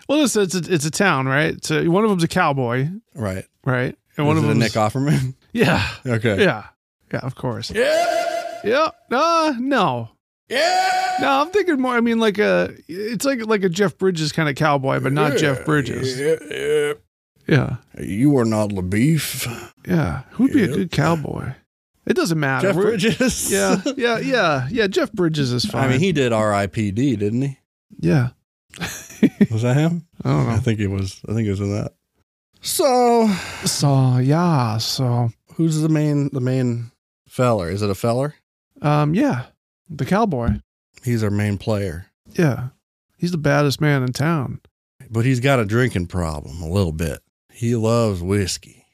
Speaker 2: well, it's, it's, a, it's a town, right? So one of them's a cowboy,
Speaker 1: Right.
Speaker 2: right? And one
Speaker 1: Is
Speaker 2: of
Speaker 1: it a
Speaker 2: them
Speaker 1: Nick Offerman.
Speaker 2: Yeah.
Speaker 1: okay.
Speaker 2: Yeah. Yeah, of course. Yeah. Yeah. Uh, no. Yeah. No, I'm thinking more. I mean, like a, it's like like a Jeff Bridges kind of cowboy, but not Jeff Bridges. Yeah. Yeah.
Speaker 1: You are not LaBeef.
Speaker 2: Who'd be a good cowboy? It doesn't matter.
Speaker 1: Jeff
Speaker 2: We're-
Speaker 1: Bridges.
Speaker 2: Yeah. Yeah. Yeah. Yeah. Jeff Bridges is fine.
Speaker 1: I mean, he did R.I.P.D. Didn't he?
Speaker 2: yeah.
Speaker 1: Was that him?
Speaker 2: I don't
Speaker 1: I
Speaker 2: know.
Speaker 1: think he was. I think he was in that. So,
Speaker 2: So yeah, so
Speaker 1: who's the main the main feller? Is it a feller?
Speaker 2: um yeah, the cowboy.
Speaker 1: He's our main player,
Speaker 2: Yeah. He's the baddest man in town.
Speaker 1: but he's got a drinking problem a little bit. He loves whiskey.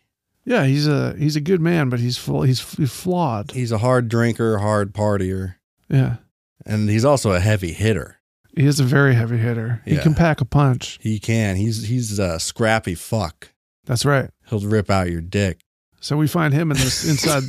Speaker 2: Yeah, he's a he's a good man, but he's fl- he's, he's flawed.
Speaker 1: He's a hard drinker, hard partier,
Speaker 2: Yeah.
Speaker 1: and he's also a heavy hitter.
Speaker 2: He is a very heavy hitter. He
Speaker 1: Yeah.
Speaker 2: can pack a punch.
Speaker 1: He can. He's he's a scrappy fuck.
Speaker 2: That's right.
Speaker 1: He'll rip out your dick.
Speaker 2: So we find him in this inside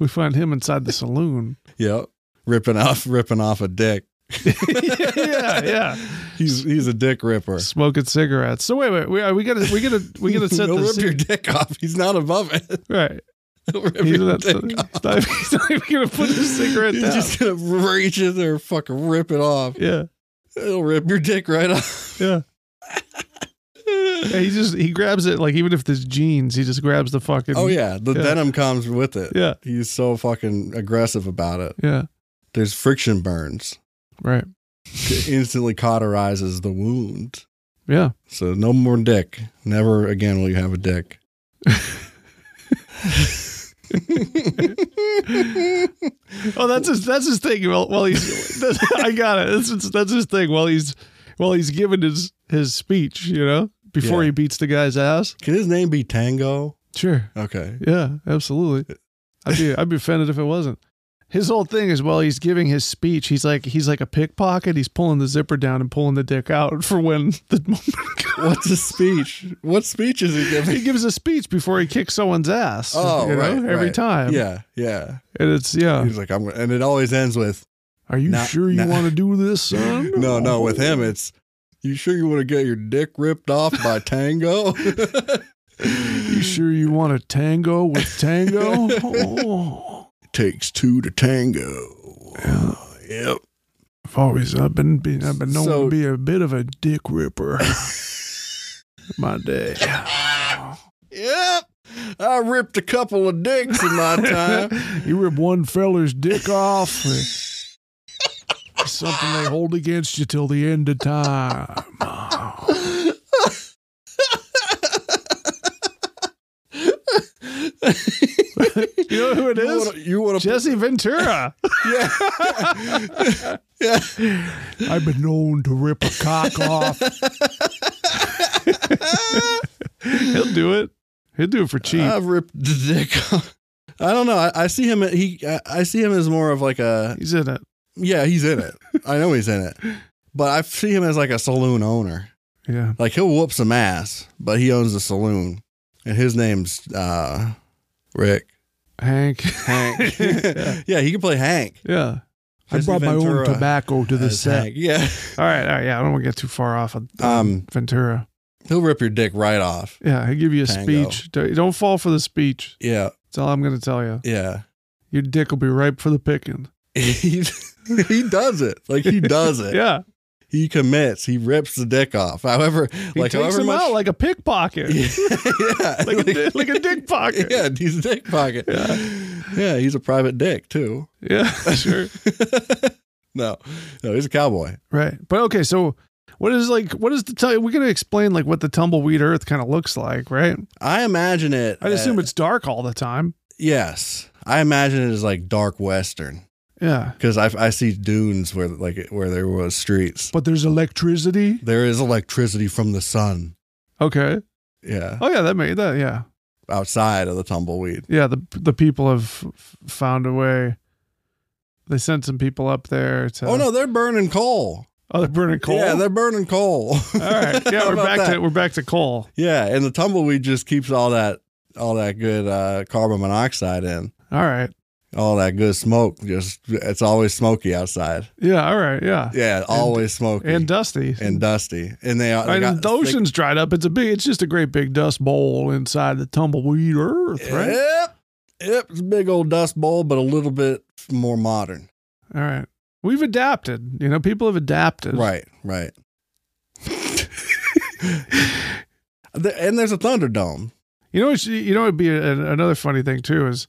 Speaker 2: we find him inside the saloon.
Speaker 1: Yep. Ripping off ripping off a dick.
Speaker 2: yeah, yeah.
Speaker 1: He's he's a dick ripper.
Speaker 2: Smoking cigarettes. So wait, wait, we, we gotta we gotta we gotta set
Speaker 1: He'll
Speaker 2: the
Speaker 1: rip your
Speaker 2: scene.
Speaker 1: dick off. He's not above it.
Speaker 2: Right.
Speaker 1: He'll rip
Speaker 2: He's
Speaker 1: your
Speaker 2: not,
Speaker 1: dick
Speaker 2: he's
Speaker 1: off.
Speaker 2: not- he's not even gonna put his cigarette
Speaker 1: He's
Speaker 2: down.
Speaker 1: just gonna reach in there, and fucking rip it off.
Speaker 2: yeah.
Speaker 1: It'll rip your dick right off.
Speaker 2: Yeah. Yeah, he just he grabs it like even if there's jeans, he just grabs the fucking
Speaker 1: Oh yeah, the
Speaker 2: Yeah.
Speaker 1: denim comes with it.
Speaker 2: Yeah.
Speaker 1: He's so fucking aggressive about it.
Speaker 2: Yeah.
Speaker 1: There's friction burns.
Speaker 2: Right.
Speaker 1: It instantly cauterizes the wound.
Speaker 2: Yeah.
Speaker 1: So no more dick. Never again will you have a dick.
Speaker 2: Oh, that's his that's his thing. Well, while he's that's, I got it. That's his, that's his thing. While he's while he's giving his his speech, you know, before
Speaker 1: Yeah.
Speaker 2: he beats the guy's ass.
Speaker 1: Can his name be Tango?
Speaker 2: Sure.
Speaker 1: Okay.
Speaker 2: Yeah. Absolutely. I'd be I'd be offended if it wasn't. His whole thing is while he's giving his speech, he's like he's like a pickpocket. He's pulling the zipper down and pulling the dick out for when the moment comes.
Speaker 1: What's his speech? what speech is he
Speaker 2: he
Speaker 1: giving?
Speaker 2: gives a speech before he kicks someone's ass.
Speaker 1: Oh,
Speaker 2: you know,
Speaker 1: right,
Speaker 2: every
Speaker 1: right.
Speaker 2: time.
Speaker 1: Yeah, yeah.
Speaker 2: and it's yeah.
Speaker 1: He's like, I'm, and it always ends with,
Speaker 2: Are you
Speaker 1: Nah,
Speaker 2: sure you
Speaker 1: nah.
Speaker 2: want to do this, son?
Speaker 1: No, no, with him it's you sure you want to get your dick ripped off by Tango?
Speaker 2: You sure you want to tango with Tango? Oh,
Speaker 1: Takes two to tango. Yep.
Speaker 2: I've always I've been, been I've been known
Speaker 1: So-
Speaker 2: to be a bit of a dick ripper. My day.
Speaker 1: Yep. I ripped a couple of dicks in my time.
Speaker 2: you rip one feller's dick off. It's something they hold against you till the end of time. you know who it
Speaker 1: You
Speaker 2: is?
Speaker 1: wanna- you want to
Speaker 2: Jesse Ventura.
Speaker 1: yeah.
Speaker 2: I've been known to rip a cock off. He'll do it. He'll do it for cheap.
Speaker 1: I've ripped the dick off. I don't know. I, I see him he I, I see him as more of like a
Speaker 2: He's in it.
Speaker 1: yeah, he's in it. I know he's in it. But I see him as like a saloon owner.
Speaker 2: Yeah.
Speaker 1: like he'll whoop some ass, but he owns a saloon, and his name's uh, Rick
Speaker 2: Hank.
Speaker 1: Hank. yeah, he can play Hank.
Speaker 2: Yeah. I
Speaker 1: Jesse
Speaker 2: brought my own
Speaker 1: Ventura
Speaker 2: tobacco to the
Speaker 1: as
Speaker 2: set.
Speaker 1: Hank. Yeah,
Speaker 2: All right, all right, yeah. I don't want to get too far off of
Speaker 1: Um,
Speaker 2: um, Ventura.
Speaker 1: he'll rip your dick right off.
Speaker 2: Yeah, he'll give you a
Speaker 1: Tango.
Speaker 2: speech. Don't don't fall for the speech.
Speaker 1: Yeah,
Speaker 2: That's all I'm going to tell you.
Speaker 1: yeah.
Speaker 2: Your dick will be ripe for the picking.
Speaker 1: He he does it. Like he does it.
Speaker 2: Yeah,
Speaker 1: He commits. He rips the dick off. However,
Speaker 2: he
Speaker 1: like
Speaker 2: takes
Speaker 1: however
Speaker 2: him
Speaker 1: much.
Speaker 2: out like a pickpocket,
Speaker 1: yeah,
Speaker 2: like, a, di- like a dick pocket.
Speaker 1: yeah, he's a dick pocket. Yeah. yeah, he's a private dick too.
Speaker 2: yeah, sure.
Speaker 1: No, no, he's a cowboy.
Speaker 2: Right. But okay, so what is like what is the t- we're gonna explain like what the tumbleweed earth kind of looks like, right?
Speaker 1: I imagine it.
Speaker 2: I'd assume
Speaker 1: uh,
Speaker 2: it's dark all the time.
Speaker 1: Yes, I imagine it is like dark western
Speaker 2: Yeah.
Speaker 1: because I, I see dunes where like where there was streets.
Speaker 2: But there's electricity.
Speaker 1: There is electricity from the sun.
Speaker 2: Okay.
Speaker 1: Yeah,
Speaker 2: Oh yeah, that made that yeah.
Speaker 1: outside of the tumbleweed.
Speaker 2: Yeah, the the people have f- found a way. They sent some people up there to
Speaker 1: Oh no, they're burning coal.
Speaker 2: Oh they're burning coal.
Speaker 1: Yeah, they're burning coal.
Speaker 2: all right. Yeah,
Speaker 1: How
Speaker 2: we're
Speaker 1: about
Speaker 2: back
Speaker 1: that?
Speaker 2: to we're back to coal.
Speaker 1: Yeah, and the tumbleweed just keeps all that all that good uh, carbon monoxide in.
Speaker 2: All right.
Speaker 1: All that good smoke. Just it's always smoky outside.
Speaker 2: Yeah, all right, yeah.
Speaker 1: Yeah, always smoky
Speaker 2: And
Speaker 1: and,
Speaker 2: dusty.
Speaker 1: dusty. And they, they
Speaker 2: and
Speaker 1: got
Speaker 2: the ocean's dried up. It's a big it's just a great big dust bowl inside the tumbleweed earth, right?
Speaker 1: Yep. Yep. It's a big old dust bowl, but a little bit more modern.
Speaker 2: All right. We've adapted. You know, people have adapted.
Speaker 1: Right, right. The- and there's a Thunderdome.
Speaker 2: You know, it's- you know, it'd be a, another funny thing too is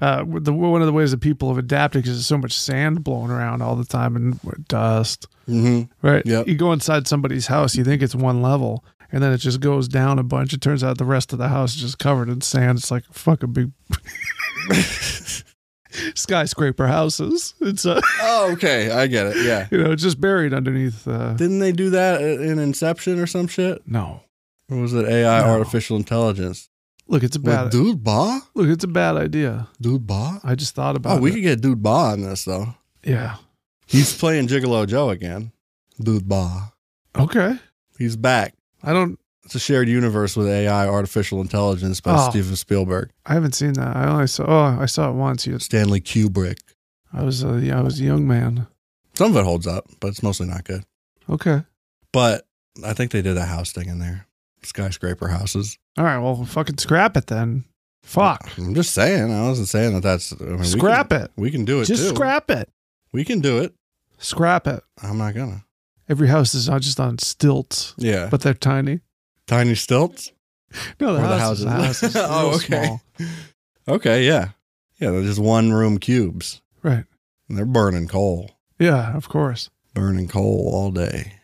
Speaker 2: uh, the one of the ways that people have adapted because there's so much sand blown around all the time and dust.
Speaker 1: Mm-hmm.
Speaker 2: Right.
Speaker 1: Yep.
Speaker 2: You go inside somebody's house, you think it's one level, and then it just goes down a bunch. It turns out the rest of the house is just covered in sand. It's like fucking big skyscraper houses. It's uh,
Speaker 1: Oh, okay. I get it. Yeah.
Speaker 2: you know just buried underneath. Uh,
Speaker 1: Didn't they do that in Inception or some shit?
Speaker 2: no,
Speaker 1: Or was it AI
Speaker 2: No.
Speaker 1: artificial intelligence?
Speaker 2: look, it's a bad.
Speaker 1: With dude Ba?
Speaker 2: Look, it's a bad idea.
Speaker 1: Dude Ba?
Speaker 2: I just thought about
Speaker 1: Oh, we
Speaker 2: it.
Speaker 1: could get Dude Ba on this though.
Speaker 2: yeah.
Speaker 1: He's playing Gigolo Joe again. Dude Ba.
Speaker 2: Okay.
Speaker 1: He's back.
Speaker 2: I don't.
Speaker 1: It's a shared universe with AI artificial intelligence by
Speaker 2: Oh.
Speaker 1: Steven Spielberg.
Speaker 2: I haven't seen that. I only saw. Oh, I saw it once. You-
Speaker 1: Stanley Kubrick.
Speaker 2: I was. Uh, yeah, I was a young man.
Speaker 1: Some of it holds up, but it's mostly not good.
Speaker 2: Okay.
Speaker 1: But I think they did a house thing in there. Skyscraper houses.
Speaker 2: All right. Well, fucking scrap it then. Fuck.
Speaker 1: I'm just saying. I wasn't saying that that's. I mean,
Speaker 2: Scrap
Speaker 1: we can,
Speaker 2: it.
Speaker 1: We can do it
Speaker 2: Just
Speaker 1: too.
Speaker 2: scrap it.
Speaker 1: We can do it.
Speaker 2: Scrap it.
Speaker 1: I'm not gonna.
Speaker 2: Every house is not just on stilts,
Speaker 1: Yeah.
Speaker 2: but they're tiny.
Speaker 1: Tiny stilts.
Speaker 2: No, the,
Speaker 1: Or the
Speaker 2: houses. The
Speaker 1: houses.
Speaker 2: houses.
Speaker 1: Oh,
Speaker 2: oh,
Speaker 1: okay.
Speaker 2: okay.
Speaker 1: Okay. Yeah. Yeah. They're just one room cubes.
Speaker 2: Right.
Speaker 1: And they're burning coal.
Speaker 2: Yeah, of course.
Speaker 1: Burning coal all day.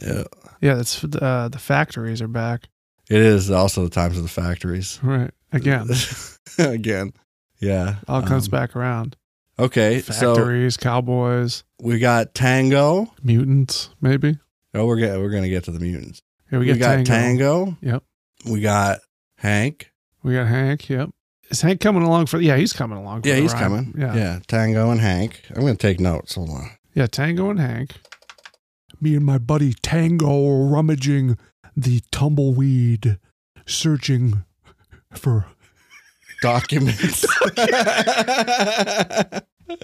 Speaker 1: Yeah.
Speaker 2: Yeah, that's uh, the factories are back.
Speaker 1: It is also the times of the factories.
Speaker 2: Right. Again,
Speaker 1: Again. Yeah.
Speaker 2: all comes
Speaker 1: Um,
Speaker 2: back around.
Speaker 1: Okay. So
Speaker 2: Factories, cowboys,
Speaker 1: we got Tango.
Speaker 2: mutants, maybe.
Speaker 1: Oh, we're get, we're gonna get to the mutants.
Speaker 2: Here we,
Speaker 1: We,
Speaker 2: get
Speaker 1: got
Speaker 2: Tango.
Speaker 1: Tango.
Speaker 2: Yep.
Speaker 1: We got Hank.
Speaker 2: We got Hank. Yep. Is Hank coming along for? Yeah, he's coming along. For
Speaker 1: Yeah,
Speaker 2: the
Speaker 1: he's
Speaker 2: ride.
Speaker 1: coming.
Speaker 2: Yeah. yeah,
Speaker 1: Tango and Hank. I'm gonna take notes. Hold on.
Speaker 2: Tango and Hank. Me and my buddy Tango are rummaging the tumbleweed, searching for.
Speaker 1: Documents.
Speaker 2: Uh,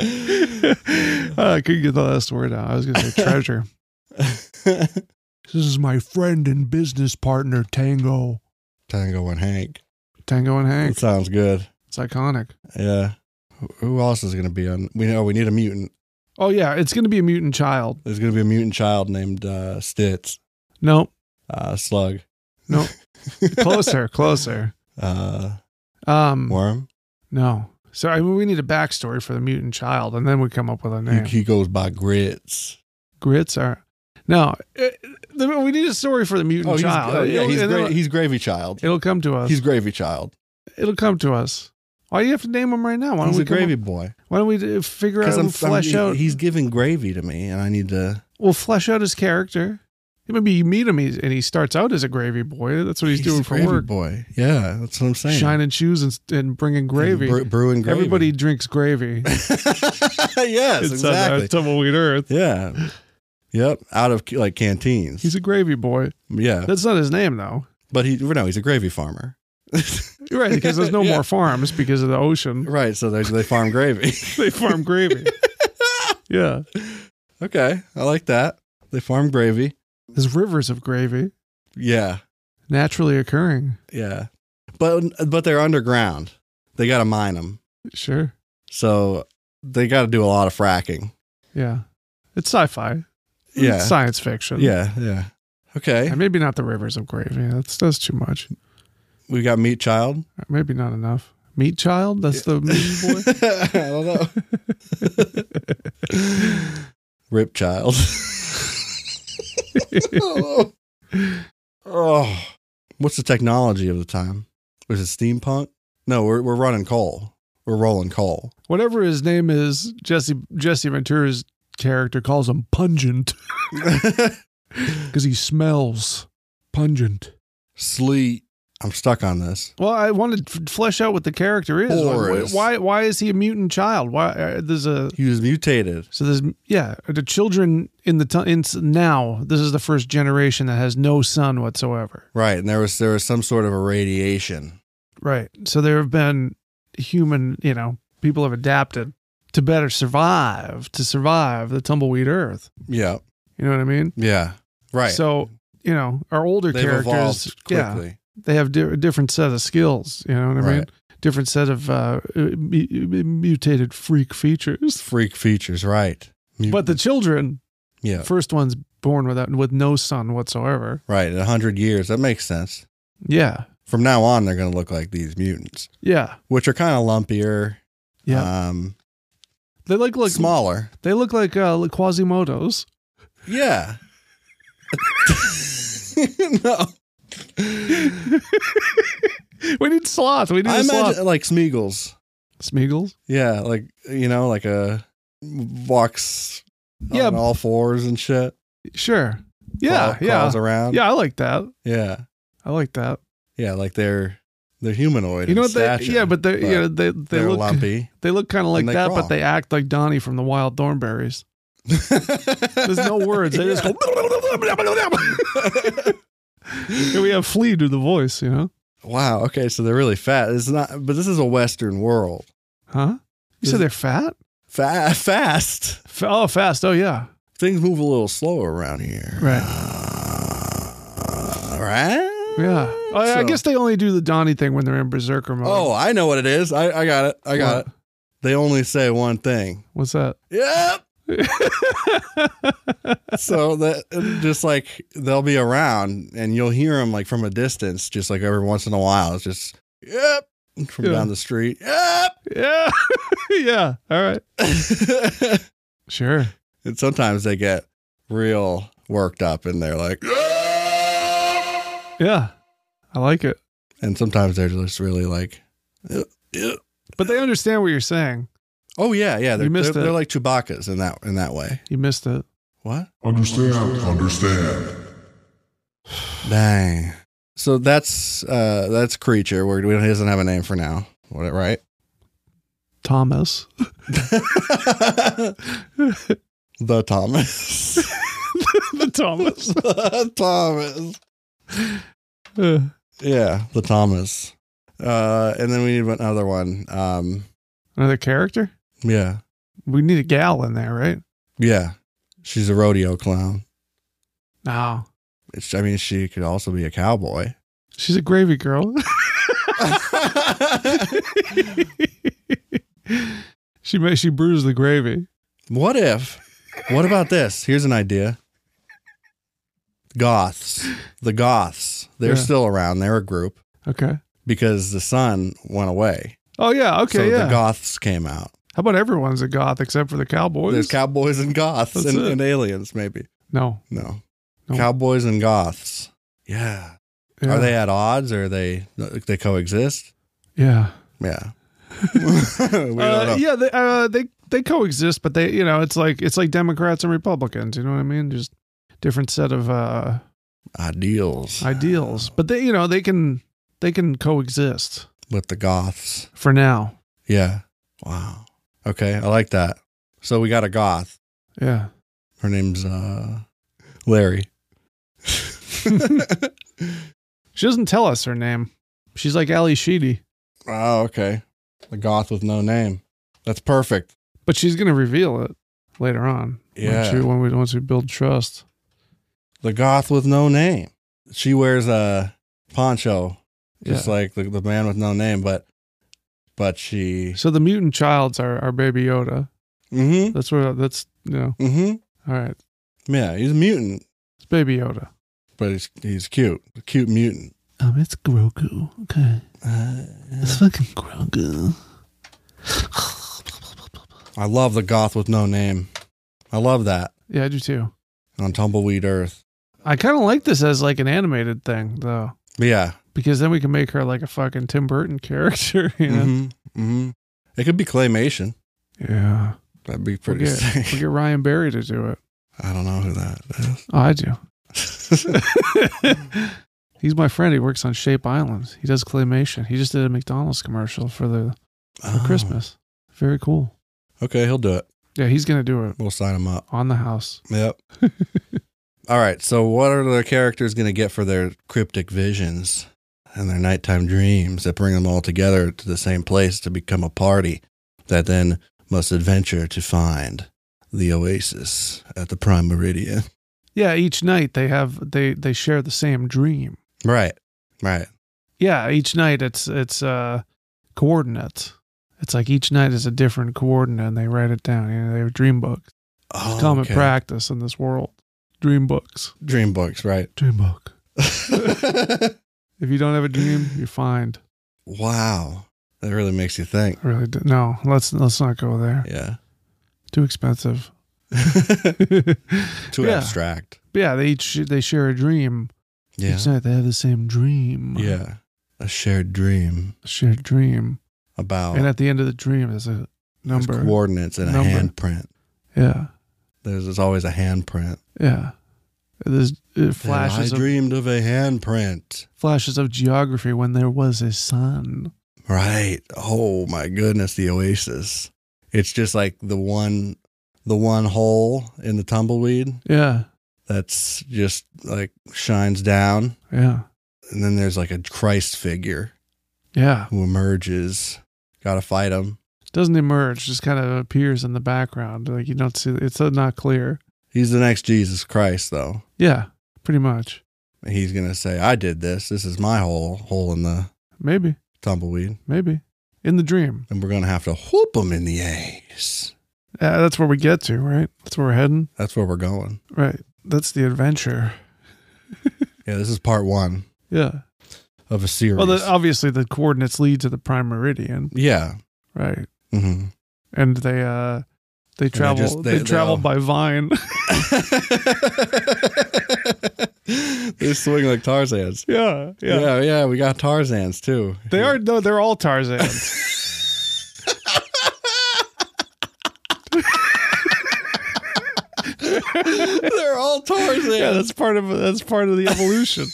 Speaker 2: I couldn't get the last word out. I was going to say treasure. This is my friend and business partner, Tango.
Speaker 1: Tango and Hank.
Speaker 2: Tango and
Speaker 1: That
Speaker 2: Hank.
Speaker 1: sounds good.
Speaker 2: It's iconic.
Speaker 1: Yeah. Who- Who else is gonna be on? We know we need a mutant.
Speaker 2: Oh, yeah. It's going to be a mutant child.
Speaker 1: There's gonna be a mutant child named uh, Stitz.
Speaker 2: No,
Speaker 1: Uh, slug.
Speaker 2: no. closer, closer.
Speaker 1: Uh,
Speaker 2: Um,
Speaker 1: worm.
Speaker 2: No. So I mean, we need a backstory for the mutant child, and then we come up with a
Speaker 1: He,
Speaker 2: name.
Speaker 1: he goes by grits.
Speaker 2: Grits are. No, it, the, we need a story for the mutant
Speaker 1: he's,
Speaker 2: child.
Speaker 1: oh, yeah,
Speaker 2: It'll-
Speaker 1: he's,
Speaker 2: it'll-
Speaker 1: gra- he's gravy child.
Speaker 2: It'll come to us.
Speaker 1: He's gravy child.
Speaker 2: it'll come to us. Why do you have to name him right now? Why don't
Speaker 1: He's
Speaker 2: we
Speaker 1: a
Speaker 2: come
Speaker 1: gravy
Speaker 2: Up,
Speaker 1: boy.
Speaker 2: why don't we d- figure out?
Speaker 1: Because I'm
Speaker 2: we'll flesh
Speaker 1: I'm-
Speaker 2: out.
Speaker 1: He's giving gravy to me, and I need to.
Speaker 2: we'll flesh out his character. Maybe you meet him, he's, and he starts out as a gravy boy. That's what he's,
Speaker 1: a
Speaker 2: doing for
Speaker 1: gravy
Speaker 2: work.
Speaker 1: boy. Yeah, that's what I'm saying.
Speaker 2: Shining shoes and, and bringing gravy.
Speaker 1: Bre- brewing gravy.
Speaker 2: Everybody drinks gravy.
Speaker 1: yes,
Speaker 2: It's on a
Speaker 1: exactly.
Speaker 2: tumbleweed earth.
Speaker 1: yeah. Yep. Out of like canteens.
Speaker 2: He's a gravy boy.
Speaker 1: yeah,
Speaker 2: That's not his name though.
Speaker 1: but he no, he's a gravy farmer.
Speaker 2: You're Right, because there's no
Speaker 1: Yeah.
Speaker 2: more farms because of the ocean.
Speaker 1: Right. So they they farm gravy.
Speaker 2: They farm gravy. yeah.
Speaker 1: okay, I like that. They farm gravy.
Speaker 2: There's rivers of gravy
Speaker 1: Yeah.
Speaker 2: naturally occurring.
Speaker 1: Yeah. But but they're underground. They got to mine them.
Speaker 2: Sure.
Speaker 1: So they got to do a lot of fracking.
Speaker 2: Yeah. It's sci fi.
Speaker 1: Yeah.
Speaker 2: It's science fiction.
Speaker 1: Yeah, yeah. Okay.
Speaker 2: And maybe not the rivers of gravy. That's that's too much.
Speaker 1: we got meat child.
Speaker 2: Maybe not enough. Meat child? That's the mean boy?
Speaker 1: I don't know. Rip child. oh. What's the technology of the time? Was it steampunk? No, we're we're running coal. We're rolling coal.
Speaker 2: Whatever his name is, Jesse Jesse Ventura's character calls him pungent because he smells pungent.
Speaker 1: Sleet. I'm stuck on this.
Speaker 2: Well, I wanted to f- flesh out what the character is.
Speaker 1: Boris.
Speaker 2: Why, why? Why is he a mutant child? Why uh, there's a
Speaker 1: He was mutated.
Speaker 2: so there's yeah the children in the t- in s- now this is the first generation that has no son whatsoever.
Speaker 1: Right, and there was there was some sort of a radiation.
Speaker 2: Right. So there have been human you know people have adapted to better survive to survive the tumbleweed earth.
Speaker 1: Yeah.
Speaker 2: You know what I mean?
Speaker 1: Yeah. Right.
Speaker 2: So you know our older
Speaker 1: they've
Speaker 2: characters
Speaker 1: evolved
Speaker 2: yeah
Speaker 1: quickly.
Speaker 2: they have di- a different set of skills. You know what I mean?
Speaker 1: Right.
Speaker 2: Different set of uh, mu- mutated freak features.
Speaker 1: Freak features, right. Mut-
Speaker 2: But the children,
Speaker 1: yeah.
Speaker 2: first one's born without with no son whatsoever.
Speaker 1: Right, in a hundred years. That makes sense.
Speaker 2: Yeah,
Speaker 1: From now on, they're going to look like these mutants,
Speaker 2: yeah,
Speaker 1: which are kind of lumpier,
Speaker 2: yeah.
Speaker 1: um,
Speaker 2: they look like
Speaker 1: smaller.
Speaker 2: They look like uh, like Quasimodos.
Speaker 1: Yeah. no,
Speaker 2: We need sloth. We need
Speaker 1: I
Speaker 2: a sloth.
Speaker 1: imagine like Smeagol's.
Speaker 2: Smeagles.
Speaker 1: Yeah, like you know, like a walks
Speaker 2: Yeah.
Speaker 1: on all fours and shit.
Speaker 2: Sure. Yeah.
Speaker 1: Crawl-
Speaker 2: yeah.
Speaker 1: crawls around.
Speaker 2: Yeah. I like that.
Speaker 1: yeah,
Speaker 2: I like that.
Speaker 1: yeah. Like they're they're humanoid.
Speaker 2: you know
Speaker 1: in
Speaker 2: what? They,
Speaker 1: stature,
Speaker 2: yeah, but they you know they they
Speaker 1: they're
Speaker 2: look
Speaker 1: lumpy.
Speaker 2: they look kind of like
Speaker 1: they
Speaker 2: that,
Speaker 1: crawl.
Speaker 2: but they act like Donnie from the Wild Thornberries. There's no words. They just go. and we have Flea do the voice. You know?
Speaker 1: Wow. Okay, so they're really fat. It's not, but this is a Western world.
Speaker 2: Huh? You said they're fat?
Speaker 1: Fa- fast.
Speaker 2: F- oh, fast. Oh, yeah.
Speaker 1: Things move a little slower around here.
Speaker 2: Right.
Speaker 1: All right.
Speaker 2: Yeah. Oh, yeah, I
Speaker 1: So-
Speaker 2: guess they only do the Donnie thing when they're in berserker mode.
Speaker 1: Oh, I know what it is. I, I got it. I got
Speaker 2: What?
Speaker 1: it. They only say one thing.
Speaker 2: What's that?
Speaker 1: Yep. so that just like they'll be around and you'll hear them like from a distance, just like every once in a while. It's just yep from
Speaker 2: Yeah.
Speaker 1: down the street. Yep.
Speaker 2: Yeah. yeah. All right. Sure.
Speaker 1: and sometimes they get real worked up and they're like,
Speaker 2: Yeah. I like it.
Speaker 1: and sometimes they're just really like, "Yep, yep."
Speaker 2: But they understand what you're saying.
Speaker 1: oh yeah, yeah. They're,
Speaker 2: You missed
Speaker 1: they're,
Speaker 2: it.
Speaker 1: they're like Chewbacca's in that in that way.
Speaker 2: You missed it.
Speaker 1: What?
Speaker 5: Understand. Understand.
Speaker 1: Dang. So that's uh that's creature. We're, we don't, he doesn't have a name for now. What? Right.
Speaker 2: Thomas.
Speaker 1: the Thomas.
Speaker 2: the Thomas.
Speaker 1: the Thomas.
Speaker 2: Uh,
Speaker 1: Yeah, the Thomas. Uh, and then we need another one. Um,
Speaker 2: another character?
Speaker 1: yeah,
Speaker 2: We need a gal in there, right?
Speaker 1: yeah. She's a rodeo clown.
Speaker 2: No.
Speaker 1: It's, I mean, she could also be a cowboy.
Speaker 2: She's a gravy girl. she ma- she brews the gravy.
Speaker 1: what if? What about this? Here's an idea. Goths. The Goths. They're
Speaker 2: Yeah.
Speaker 1: still around. They're a group
Speaker 2: Okay.
Speaker 1: because the sun went away.
Speaker 2: Oh yeah. Okay.
Speaker 1: so
Speaker 2: yeah.
Speaker 1: the Goths came out.
Speaker 2: How about everyone's a goth except for the cowboys?
Speaker 1: There's cowboys and goths
Speaker 2: That's
Speaker 1: and,
Speaker 2: it.
Speaker 1: and aliens, maybe.
Speaker 2: no.
Speaker 1: No.
Speaker 2: No.
Speaker 1: Cowboys and goths. Yeah.
Speaker 2: Yeah.
Speaker 1: Are they at odds or are they they coexist?
Speaker 2: Yeah.
Speaker 1: Yeah. we don't
Speaker 2: Uh,
Speaker 1: know.
Speaker 2: yeah. They, uh, they they coexist, but they you know it's like it's like Democrats and Republicans. You know what I mean? Just different set of uh,
Speaker 1: Ideals
Speaker 2: ideals, but they you know they can they can coexist
Speaker 1: with the goths.
Speaker 2: for now.
Speaker 1: Yeah. Wow. Okay, I like that. So we got a goth.
Speaker 2: Yeah.
Speaker 1: Her name's uh Larry.
Speaker 2: She doesn't tell us her name. She's like Ali Sheedy,
Speaker 1: oh, okay. A goth with no name. That's perfect.
Speaker 2: but she's gonna reveal it later on. when
Speaker 1: Yeah.
Speaker 2: she- when we once we build trust.
Speaker 1: the goth with no name. She wears a poncho, just
Speaker 2: Yeah.
Speaker 1: like the, the man with no name, but but she.
Speaker 2: So the mutant child's our, our baby Yoda.
Speaker 1: Mm
Speaker 2: That's where that's you know.
Speaker 1: hmm. Mm
Speaker 2: All right,
Speaker 1: hmm. Yeah, he's a mutant,
Speaker 2: it's baby Yoda.
Speaker 1: but he's he's cute, a cute mutant. Uh,
Speaker 2: Um, it's Grogu. Okay, it's fucking Grogu.
Speaker 1: I love the goth with no name. I love that
Speaker 2: Yeah, I do too.
Speaker 1: on Tumbleweed Earth.
Speaker 2: I kind of like this as like an animated thing though,
Speaker 1: But yeah.
Speaker 2: because then we can make her like a fucking Tim Burton character. You know?
Speaker 1: hmm. hmm. It could be claymation.
Speaker 2: Yeah,
Speaker 1: That'd be
Speaker 2: we'll
Speaker 1: Mm-hmm. pretty
Speaker 2: get,
Speaker 1: sick.
Speaker 2: we'll get Ryan Berry to do it.
Speaker 1: I don't know who that is.
Speaker 2: Oh, I do. He's my friend. He works on Shape Island. He does claymation. He just did a McDonald's commercial for the for
Speaker 1: Oh.
Speaker 2: Christmas. Very cool.
Speaker 1: Okay, he'll do it.
Speaker 2: Yeah, he's gonna do it
Speaker 1: We'll sign him up.
Speaker 2: on the house.
Speaker 1: Yep. All right. So, what are the characters going to get for their cryptic visions and their nighttime dreams that bring them all together to the same place to become a party that then must adventure to find the oasis at the prime meridian?
Speaker 2: Yeah, each night they have they they share the same dream.
Speaker 1: Right. Right.
Speaker 2: Yeah, each night it's it's uh coordinates. It's like each night is a different coordinate and they write it down. You know, they have dream books.
Speaker 1: Oh,
Speaker 2: Common
Speaker 1: okay.
Speaker 2: practice in this world. Dream books.
Speaker 1: Dream books, right?
Speaker 2: Dream book. If you don't have a dream, you're fined.
Speaker 1: wow. That really makes you think.
Speaker 2: I really do. no, let's let's not go there.
Speaker 1: Yeah.
Speaker 2: Too expensive.
Speaker 1: Too
Speaker 2: Yeah.
Speaker 1: abstract.
Speaker 2: But yeah, they each they share a dream
Speaker 1: Yeah.
Speaker 2: Each night they have the same dream.
Speaker 1: Yeah. A shared dream
Speaker 2: Shared dream.
Speaker 1: about
Speaker 2: And at the end of the dream is a
Speaker 1: Oh. there's
Speaker 2: number.
Speaker 1: coordinates and
Speaker 2: Number.
Speaker 1: a handprint.
Speaker 2: yeah.
Speaker 1: There's, there's always a handprint.
Speaker 2: Yeah. There's it
Speaker 1: And I
Speaker 2: flashes of,
Speaker 1: dreamed of a handprint.
Speaker 2: flashes of geography when there was a sun.
Speaker 1: Right. Oh my goodness, the oasis. It's just like the one the one hole in the tumbleweed
Speaker 2: Yeah.
Speaker 1: that's just like shines down
Speaker 2: Yeah.
Speaker 1: and then there's like a Christ figure
Speaker 2: Yeah.
Speaker 1: who emerges. Got to fight him.
Speaker 2: Doesn't emerge, just kind of appears in the background. Like you don't see it's not clear.
Speaker 1: He's the next Jesus Christ though.
Speaker 2: Yeah. Pretty much.
Speaker 1: He's going to say, "I did this. This is my hole hole in the
Speaker 2: Maybe.
Speaker 1: tumbleweed."
Speaker 2: Maybe. In the dream.
Speaker 1: And we're going to have to whoop him in the ass.
Speaker 2: Uh, that's where we get to, right? That's where we're heading.
Speaker 1: That's where we're going.
Speaker 2: Right. That's the adventure.
Speaker 1: Yeah, this is part 1
Speaker 2: Yeah.
Speaker 1: of a series.
Speaker 2: Well, the, uh, obviously the coordinates lead to the prime meridian,
Speaker 1: yeah.
Speaker 2: right?
Speaker 1: Mhm.
Speaker 2: And they uh they travel
Speaker 1: just-
Speaker 2: they,
Speaker 1: they- they
Speaker 2: travel
Speaker 1: all-
Speaker 2: by vine.
Speaker 1: they swing like Tarzans.
Speaker 2: yeah,
Speaker 1: Yeah.
Speaker 2: yeah,
Speaker 1: yeah, we got Tarzans too.
Speaker 2: They are no, they're all Tarzans.
Speaker 1: They're all Tarzans.
Speaker 2: yeah, that's part of that's part of the evolution.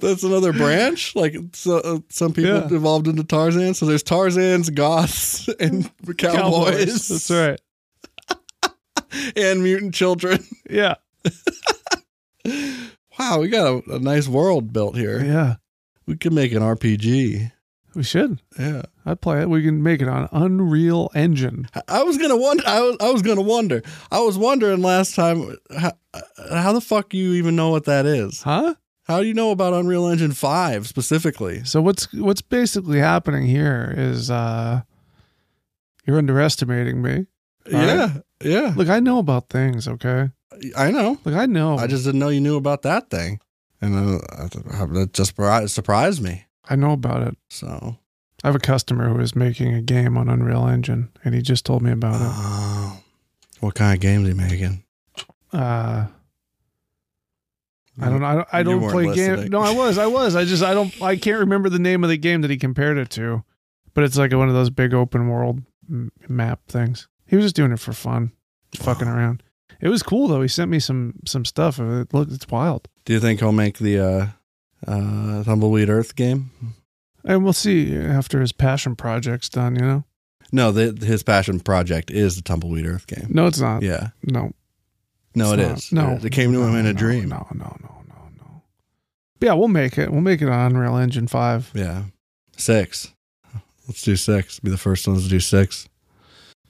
Speaker 1: That's another branch. Like so, uh, some people
Speaker 2: Yeah.
Speaker 1: evolved into Tarzan. So there's Tarzans, Goths, and cowboys,
Speaker 2: That's right.
Speaker 1: and mutant children.
Speaker 2: Yeah,
Speaker 1: Wow, we got a, a nice world built here.
Speaker 2: yeah.
Speaker 1: We could make an RPG.
Speaker 2: We should.
Speaker 1: Yeah,
Speaker 2: I'd play it. We can make it on Unreal Engine.
Speaker 1: I- I was gonna wonder. I was, I was gonna wonder. I was wondering last time how, how the fuck you even know what that is.
Speaker 2: Huh?
Speaker 1: How do you know about Unreal Engine 5 specifically?
Speaker 2: So what's what's basically happening here is uh you're underestimating me. All
Speaker 1: yeah. Yeah.
Speaker 2: Look, I know about things, okay?
Speaker 1: I know.
Speaker 2: Look, I know.
Speaker 1: I just didn't know you knew about that thing. And uh, I- I- that just surpri- surprised me.
Speaker 2: I know about it.
Speaker 1: So,
Speaker 2: I have a customer who is making a game on Unreal Engine, and he just told me about
Speaker 1: oh, what kind of games are you making?
Speaker 2: it. Uh, I don't know. I don't, I
Speaker 1: You
Speaker 2: don't
Speaker 1: weren't
Speaker 2: play games.
Speaker 1: listening.
Speaker 2: No, I was. I was. I just. I don't. I can't remember the name of the game that he compared it to, but it's like one of those big open world m- map things. He was just doing it for fun, fucking around. It was cool though. He sent me some some stuff. It looked. It's wild.
Speaker 1: Do you think he'll make the uh, uh, Tumbleweed Earth game?
Speaker 2: And we'll see after his passion project's done. You know?
Speaker 1: No, the, his passion project is the Tumbleweed Earth game.
Speaker 2: No, it's not.
Speaker 1: Yeah.
Speaker 2: No,
Speaker 1: No, it
Speaker 2: It's
Speaker 1: is.
Speaker 2: not- No,
Speaker 1: It came to
Speaker 2: no,
Speaker 1: him in a
Speaker 2: no,
Speaker 1: dream.
Speaker 2: No, no, no, no, no. But yeah, we'll make it. We'll make it on Unreal Engine Five.
Speaker 1: Yeah. Six. Let's do six. Be the first ones to do six.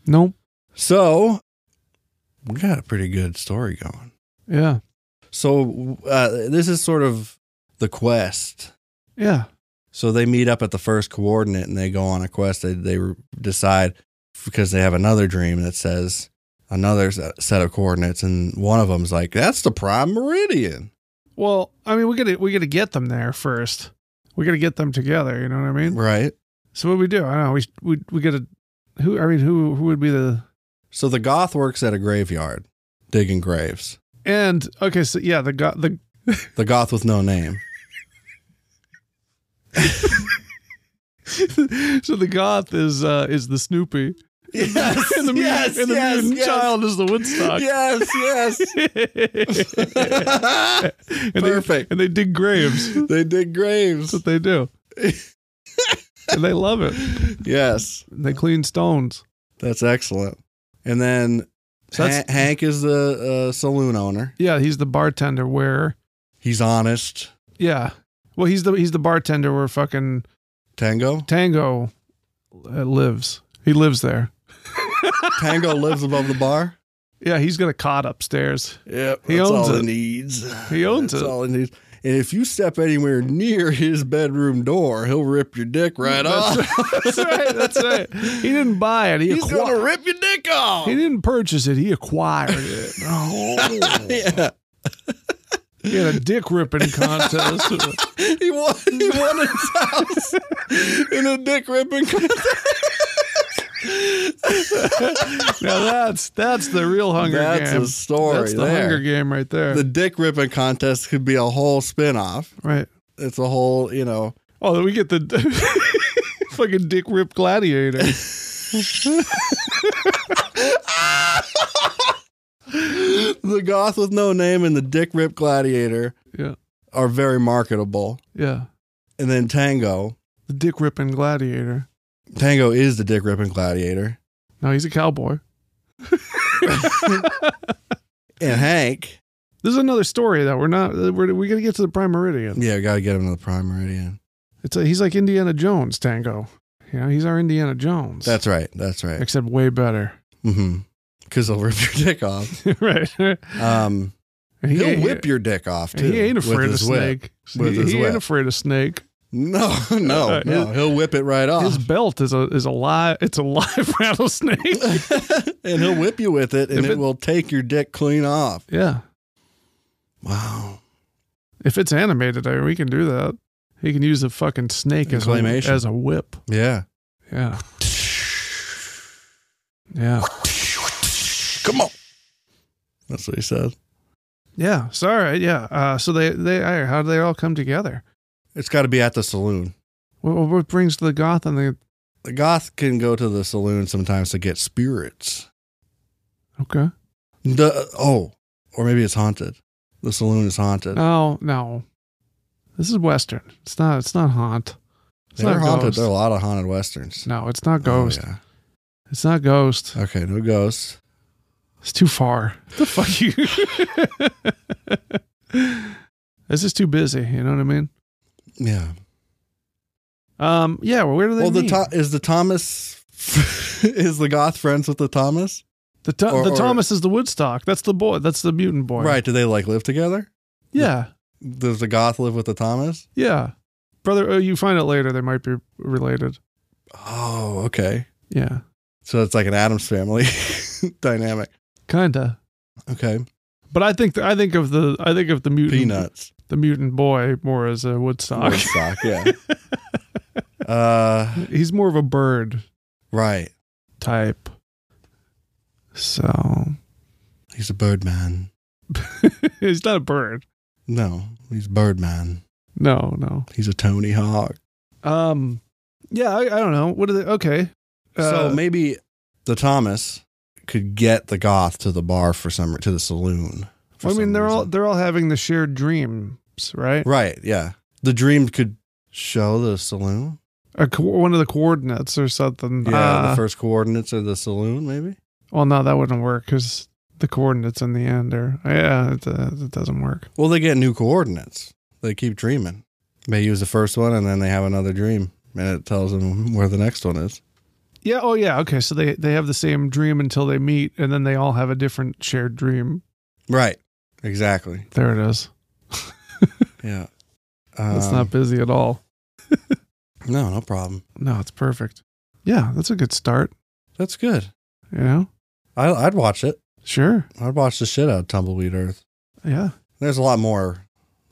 Speaker 2: Nope.
Speaker 1: So we got a pretty good story going.
Speaker 2: Yeah.
Speaker 1: So uh, this is sort of the quest.
Speaker 2: Yeah.
Speaker 1: So they meet up at the first coordinate and they go on a quest. They they decide because they have another dream that says another se- set of coordinates, and one of them's like that's the prime meridian,
Speaker 2: Well, I mean, we gotta we gotta get them there first. We gotta get them together. You know what I mean?
Speaker 1: right?
Speaker 2: So what do we do? I don't know. We we we gotta. Who I mean, who who would be the
Speaker 1: So the goth works at a graveyard digging graves.
Speaker 2: and okay? So yeah, the go- the
Speaker 1: The goth with no name.
Speaker 2: so the goth is uh is the Snoopy.
Speaker 1: Yes,
Speaker 2: and the mutant, and the mutant child is the Woodstock.
Speaker 1: Yes, yes.
Speaker 2: and
Speaker 1: Perfect.
Speaker 2: They, and they dig graves.
Speaker 1: they dig graves.
Speaker 2: That's what they do. and they love it.
Speaker 1: Yes,
Speaker 2: And they clean stones.
Speaker 1: that's excellent. And then
Speaker 2: So that's-
Speaker 1: Han- Hank is the uh, saloon owner.
Speaker 2: Yeah, he's the bartender where
Speaker 1: He's honest.
Speaker 2: yeah. Well, he's the he's the bartender where fucking
Speaker 1: Tango.
Speaker 2: Tango uh, lives. He lives there.
Speaker 1: Tango lives above the bar.
Speaker 2: Yeah, he's got a cot upstairs.
Speaker 1: Yep,
Speaker 2: He
Speaker 1: that's
Speaker 2: owns
Speaker 1: all
Speaker 2: it.
Speaker 1: he needs.
Speaker 2: He owns
Speaker 1: that's
Speaker 2: it.
Speaker 1: all he needs. And if you step anywhere near his bedroom door, he'll rip your dick right off.
Speaker 2: That's That's right. That's right. He didn't buy it. He
Speaker 1: He's gonna
Speaker 2: acquired.
Speaker 1: rip your dick off.
Speaker 2: He didn't purchase it. He acquired it. Oh.
Speaker 1: yeah.
Speaker 2: He had a dick ripping contest.
Speaker 1: He won. He won his house in a dick ripping contest.
Speaker 2: Now that's that's the real Hunger
Speaker 1: That's
Speaker 2: Game.
Speaker 1: a story
Speaker 2: That's the
Speaker 1: there.
Speaker 2: Hunger Game right there.
Speaker 1: The dick ripping contest could be a whole spin off.
Speaker 2: right.
Speaker 1: It's a whole, you know,
Speaker 2: Oh, then we get the fucking dick rip gladiator.
Speaker 1: the goth with no name and the dick rip gladiator
Speaker 2: Yeah.
Speaker 1: are very marketable.
Speaker 2: Yeah.
Speaker 1: And then Tango.
Speaker 2: The dick ripping gladiator.
Speaker 1: Tango is the dick ripping gladiator.
Speaker 2: No, he's a cowboy.
Speaker 1: And Hank.
Speaker 2: This is another story that we're not. We're we gotta get to the Prime Meridian.
Speaker 1: Yeah, we gotta get him to the prime meridian.
Speaker 2: It's a, he's like Indiana Jones Tango. You know, he's our Indiana Jones.
Speaker 1: That's right. That's right.
Speaker 2: except way better.
Speaker 1: Mm-hmm. Cause he'll rip your dick off.
Speaker 2: right.
Speaker 1: Um
Speaker 2: And
Speaker 1: he'll
Speaker 2: ain't-
Speaker 1: whip your dick off
Speaker 2: and
Speaker 1: too.
Speaker 2: He ain't
Speaker 1: with
Speaker 2: afraid of
Speaker 1: his whip.
Speaker 2: snake.
Speaker 1: With
Speaker 2: he
Speaker 1: his
Speaker 2: he ain't
Speaker 1: whip.
Speaker 2: afraid of snake.
Speaker 1: No, no,
Speaker 2: Uh,
Speaker 1: no. He'll whip it right off.
Speaker 2: His belt is a is a live. It's a live rattlesnake.
Speaker 1: and he'll whip you with it and
Speaker 2: If
Speaker 1: it,
Speaker 2: it-
Speaker 1: will take your dick clean off.
Speaker 2: yeah.
Speaker 1: Wow.
Speaker 2: If it's animated, I mean, we can do that. He can use a fucking snake as a,
Speaker 1: Claymation.
Speaker 2: as a whip.
Speaker 1: Yeah.
Speaker 2: Yeah. Yeah.
Speaker 4: Come on.
Speaker 1: That's what he said.
Speaker 2: Yeah. Sorry. Yeah. Uh, so they they I- how do they all come together?
Speaker 1: It's got to be at the saloon.
Speaker 2: What, what brings the goth and the
Speaker 1: The goth can go to the saloon sometimes to get spirits.
Speaker 2: okay?
Speaker 1: The, oh, or maybe it's haunted. The saloon is haunted.
Speaker 2: No, no. This is western. It's not. It's not haunt. It's
Speaker 1: They're
Speaker 2: not
Speaker 1: haunted.
Speaker 2: ghost.
Speaker 1: There are a lot of haunted westerns.
Speaker 2: No, it's not ghost.
Speaker 1: Oh, yeah.
Speaker 2: It's not ghost.
Speaker 1: Okay, no ghosts.
Speaker 2: It's too far. The fuck you. this is too busy. You know what I mean?
Speaker 1: Yeah.
Speaker 2: Um. Yeah. Well, where do they?
Speaker 1: Well, the
Speaker 2: meet?
Speaker 1: to- is the Thomas is the goth friends with the Thomas?
Speaker 2: the, Tho-
Speaker 1: or-
Speaker 2: the
Speaker 1: or-
Speaker 2: Thomas is the Woodstock. That's the boy. That's the mutant boy.
Speaker 1: Right? Do they like live together?
Speaker 2: Yeah.
Speaker 1: Does the goth live with the Thomas?
Speaker 2: Yeah. Brother, oh, you find out later they might be related.
Speaker 1: Oh, okay.
Speaker 2: Yeah.
Speaker 1: So it's like an Adams family dynamic.
Speaker 2: Kinda.
Speaker 1: Okay.
Speaker 2: But I think I think of the I think of the mutant
Speaker 1: Peanuts.
Speaker 2: the mutant boy more as a Woodstock.
Speaker 1: Woodstock, yeah. uh,
Speaker 2: He's more of a bird
Speaker 1: right.
Speaker 2: type. So
Speaker 1: He's a Birdman.
Speaker 2: he's not a bird.
Speaker 1: No, he's Birdman.
Speaker 2: No, no.
Speaker 1: He's a Tony Hawk.
Speaker 2: Um, yeah, I, I don't know. What are they? Okay.
Speaker 1: so
Speaker 2: Uh,
Speaker 1: maybe the Thomas could get the goth to the bar for some to the saloon. for
Speaker 2: I mean,
Speaker 1: some
Speaker 2: they're all
Speaker 1: reason.
Speaker 2: they're all having the shared dreams, right?
Speaker 1: right. Yeah, the dream could show the saloon.
Speaker 2: A co- one of the coordinates or something.
Speaker 1: Yeah,
Speaker 2: Uh,
Speaker 1: the first coordinates of the saloon, maybe.
Speaker 2: well, no, that wouldn't work because the coordinates in the end are yeah, it, uh, it doesn't work.
Speaker 1: Well, they get new coordinates. They keep dreaming. They use the first one, and then they have another dream, and it tells them where the next one is.
Speaker 2: Yeah. Oh, yeah. Okay. So they they have the same dream until they meet, and then they all have a different shared dream.
Speaker 1: Right. Exactly.
Speaker 2: There it is.
Speaker 1: Yeah.
Speaker 2: That's
Speaker 1: Um,
Speaker 2: not busy at all.
Speaker 1: No, no problem.
Speaker 2: No, it's perfect. Yeah, that's a good start.
Speaker 1: That's good.
Speaker 2: You know.
Speaker 1: I, I'd watch it.
Speaker 2: Sure.
Speaker 1: I'd watch the shit out of Tumbleweed Earth.
Speaker 2: Yeah.
Speaker 1: There's a lot more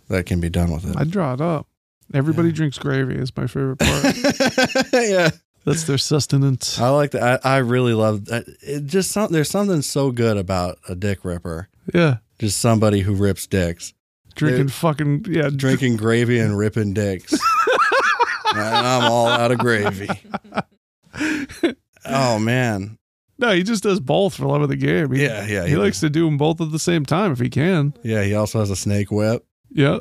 Speaker 1: that can be done with it.
Speaker 2: I draw it up. Everybody
Speaker 1: Yeah.
Speaker 2: drinks gravy is my favorite part.
Speaker 1: yeah,
Speaker 2: That's their sustenance.
Speaker 1: I like that. I, I really love that. It just some, there's something so good about a dick ripper.
Speaker 2: yeah.
Speaker 1: Just somebody who rips dicks,
Speaker 2: Drinking fucking yeah, drink
Speaker 1: drinking gravy and ripping dicks. and I'm all out of gravy. Oh man,
Speaker 2: No, he just does both for love of the game. He-
Speaker 1: Yeah, yeah,
Speaker 2: He,
Speaker 1: he
Speaker 2: likes to do them both at the same time if he can.
Speaker 1: yeah. He also has a snake whip.
Speaker 2: Yeah.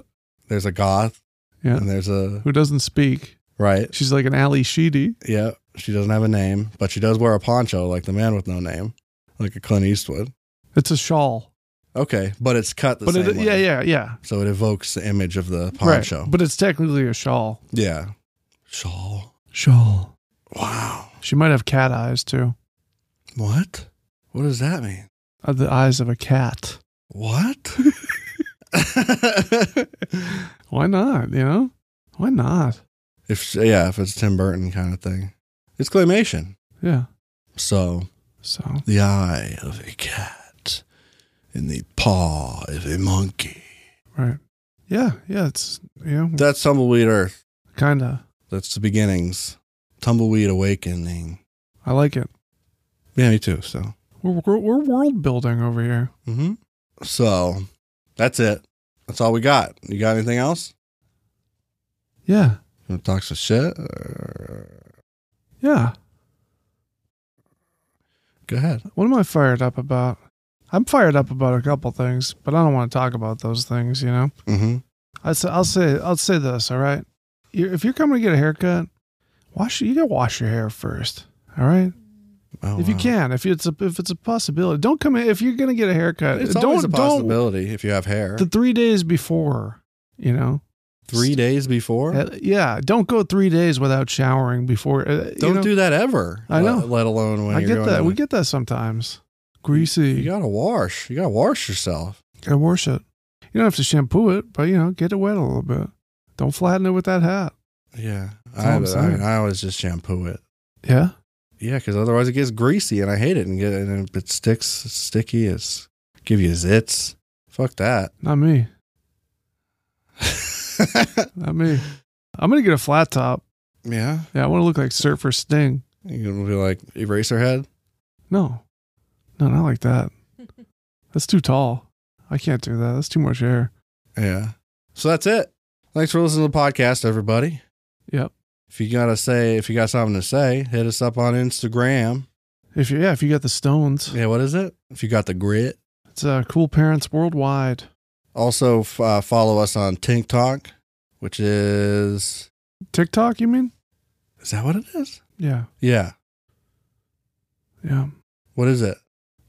Speaker 1: There's a goth.
Speaker 2: Yeah.
Speaker 1: and there's a
Speaker 2: Who doesn't speak?
Speaker 1: right.
Speaker 2: She's like an Ali Sheedy.
Speaker 1: Yeah, she doesn't have a name, but she does wear a poncho like the man with no name, like a Clint Eastwood.
Speaker 2: It's a shawl.
Speaker 1: Okay, but it's cut the
Speaker 2: but
Speaker 1: same
Speaker 2: it,
Speaker 1: way.
Speaker 2: yeah, yeah, yeah.
Speaker 1: So it evokes the image of the
Speaker 2: Right.
Speaker 1: poncho.
Speaker 2: But it's technically a shawl.
Speaker 1: yeah. Shawl.
Speaker 2: Shawl.
Speaker 1: Wow.
Speaker 2: She might have cat eyes too.
Speaker 1: What? What does that mean?
Speaker 2: Uh, the eyes of a cat.
Speaker 1: What?
Speaker 2: Why not? You know? Why not?
Speaker 1: if yeah, if it's Tim Burton kind of thing, it's claymation.
Speaker 2: Yeah.
Speaker 1: So
Speaker 2: So
Speaker 1: the eye of a cat in the paw of a monkey.
Speaker 2: right. Yeah, yeah. It's you know
Speaker 1: That's tumbleweed earth.
Speaker 2: kinda.
Speaker 1: That's the beginnings. Tumbleweed awakening.
Speaker 2: I like it.
Speaker 1: Yeah, me too. So,
Speaker 2: We're, we're, we're world building over here.
Speaker 1: mm-hmm. so that's it. That's all we got. You got anything else?
Speaker 2: Yeah.
Speaker 1: You want to talk some shit? Or-
Speaker 2: Yeah.
Speaker 1: Go ahead.
Speaker 2: What am I fired up about? I'm fired up about a couple things, but I don't want to talk about those things, you know?
Speaker 1: Mm-hmm.
Speaker 2: I say, I'll say, I'll say this. All right, you're, if you're coming to get a haircut, wash you gotta wash your hair first. All right,
Speaker 1: Oh,
Speaker 2: if you
Speaker 1: wow.
Speaker 2: can, if it's a if it's a possibility, don't come in. If you're gonna get a haircut,
Speaker 1: it's
Speaker 2: don't
Speaker 1: always a
Speaker 2: don't
Speaker 1: possibility if you have hair.
Speaker 2: the three days before. You know,
Speaker 1: Three days before,
Speaker 2: Uh, yeah, don't go three days without showering before. Uh,
Speaker 1: don't do that ever.
Speaker 2: I know.
Speaker 1: Let, let alone when
Speaker 2: I
Speaker 1: you're
Speaker 2: get
Speaker 1: going
Speaker 2: that.
Speaker 1: to-
Speaker 2: We get that sometimes.
Speaker 1: You
Speaker 2: Greasy.
Speaker 1: gotta wash. You gotta wash yourself.
Speaker 2: Gotta wash it. You don't have to shampoo it, but you know, get it wet a little bit. Don't flatten it with that hat.
Speaker 1: Yeah,
Speaker 2: all
Speaker 1: I,
Speaker 2: I'm
Speaker 1: I, mean,
Speaker 2: saying.
Speaker 1: I always just shampoo it.
Speaker 2: Yeah.
Speaker 1: Yeah, because otherwise it gets greasy, and I hate it. And get and it sticks, it's sticky. It's give you zits. Fuck that.
Speaker 2: Not me. Not me. I'm gonna get a flat top.
Speaker 1: yeah,
Speaker 2: Yeah, I want to look like Surfer Sting.
Speaker 1: you're gonna be like eraser head.
Speaker 2: No, no, not like that. That's too tall. I can't do that. That's too much hair.
Speaker 1: Yeah. So that's it. Thanks for listening to the podcast, everybody.
Speaker 2: Yep.
Speaker 1: If you gotta say, if you got something to say, hit us up on Instagram.
Speaker 2: If you, yeah, if you got the stones,
Speaker 1: Yeah, what is it? If you got the grit,
Speaker 2: it's uh, cool parents worldwide.
Speaker 1: also f- uh, follow us on TikTok, which is
Speaker 2: TikTok, you mean?
Speaker 1: is that what it is?
Speaker 2: Yeah,
Speaker 1: Yeah.
Speaker 2: yeah.
Speaker 1: What is it?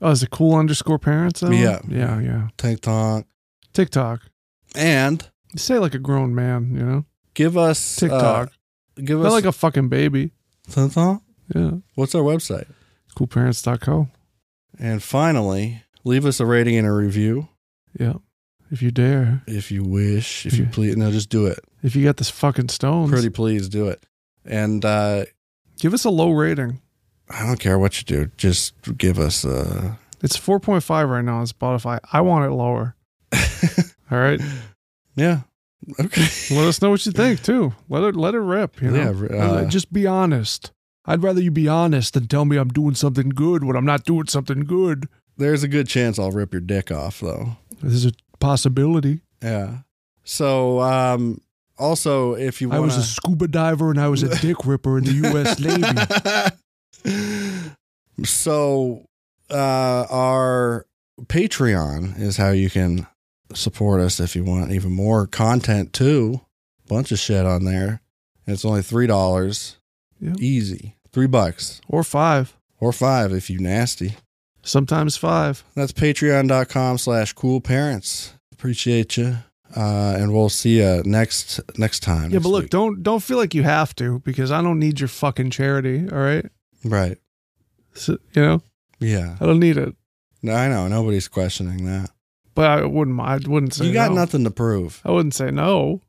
Speaker 2: Oh, is it cool underscore parents? that one?
Speaker 1: Yeah.
Speaker 2: yeah, yeah.
Speaker 1: TikTok.
Speaker 2: TikTok.
Speaker 1: And
Speaker 2: You say like a grown man, you know?
Speaker 1: give us uh,
Speaker 2: TikTok.
Speaker 1: give
Speaker 2: Not
Speaker 1: us
Speaker 2: like a fucking baby.
Speaker 1: TikTok.
Speaker 2: Yeah.
Speaker 1: What's our website?
Speaker 2: Coolparents.co.
Speaker 1: And finally, leave us a rating and a review
Speaker 2: Yeah. If you dare,
Speaker 1: if you wish. If you
Speaker 2: Yeah.
Speaker 1: please, no, just do it.
Speaker 2: if you got this fucking stones,
Speaker 1: Pretty please do it. And uh,
Speaker 2: give us a low rating.
Speaker 1: I don't care what you do, just give us a.
Speaker 2: It's 4.5 right now on Spotify. I want it lower. All right.
Speaker 1: Yeah. Okay.
Speaker 2: Let us know what you think too. Let it let it rip. You know?
Speaker 1: Yeah, uh,
Speaker 2: just be honest. I'd rather you be honest than tell me I'm doing something good when I'm not doing something good.
Speaker 1: There's a good chance I'll rip your dick off, though.
Speaker 2: This is a possibility.
Speaker 1: Yeah. So um also if you
Speaker 2: I
Speaker 1: want
Speaker 2: was a scuba diver and I was a dick ripper in the U.S. Navy.
Speaker 1: So uh our Patreon is how you can support us if you want even more content too. Bunch of shit on there. And it's only three dollars.
Speaker 2: Yeah.
Speaker 1: Easy. Three bucks.
Speaker 2: or five,
Speaker 1: Or five if you nasty.
Speaker 2: sometimes five.
Speaker 1: That's patreon.com slash cool parents. Appreciate you. Uh, and we'll see you next next time.
Speaker 2: Yeah,
Speaker 1: next
Speaker 2: but look,
Speaker 1: week.
Speaker 2: don't don't feel like you have to because I don't need your fucking charity. All right,
Speaker 1: Right.
Speaker 2: so, you know
Speaker 1: Yeah.
Speaker 2: I don't need it,
Speaker 1: No, I know. Nobody's questioning that.
Speaker 2: but I wouldn't. I wouldn't say
Speaker 1: you got
Speaker 2: no.
Speaker 1: nothing to prove.
Speaker 2: I wouldn't say no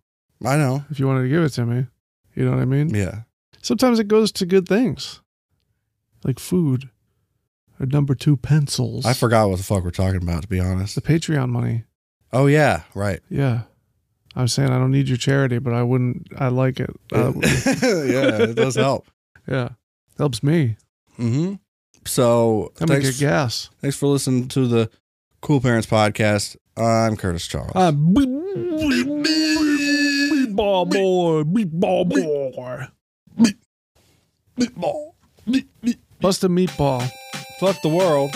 Speaker 1: I know.
Speaker 2: if you wanted to give it to me. You know what I mean?
Speaker 1: Yeah.
Speaker 2: Sometimes it goes to good things, like food, or number two pencils.
Speaker 1: I forgot what the fuck we're talking about, to be honest.
Speaker 2: the Patreon money.
Speaker 1: Oh, yeah. Right.
Speaker 2: Yeah, I'm saying I don't need your charity, but I wouldn't. I like it. Uh,
Speaker 1: yeah. It does help.
Speaker 2: yeah, helps me.
Speaker 1: hmm So
Speaker 2: I'm gonna get
Speaker 1: thanks,
Speaker 2: gas.
Speaker 1: thanks for listening to the Cool Parents Podcast. I'm Curtis Charles.
Speaker 2: Uh, meatball boy, meatball boy,
Speaker 4: Meatball.
Speaker 2: bust a meatball.
Speaker 1: fuck the world.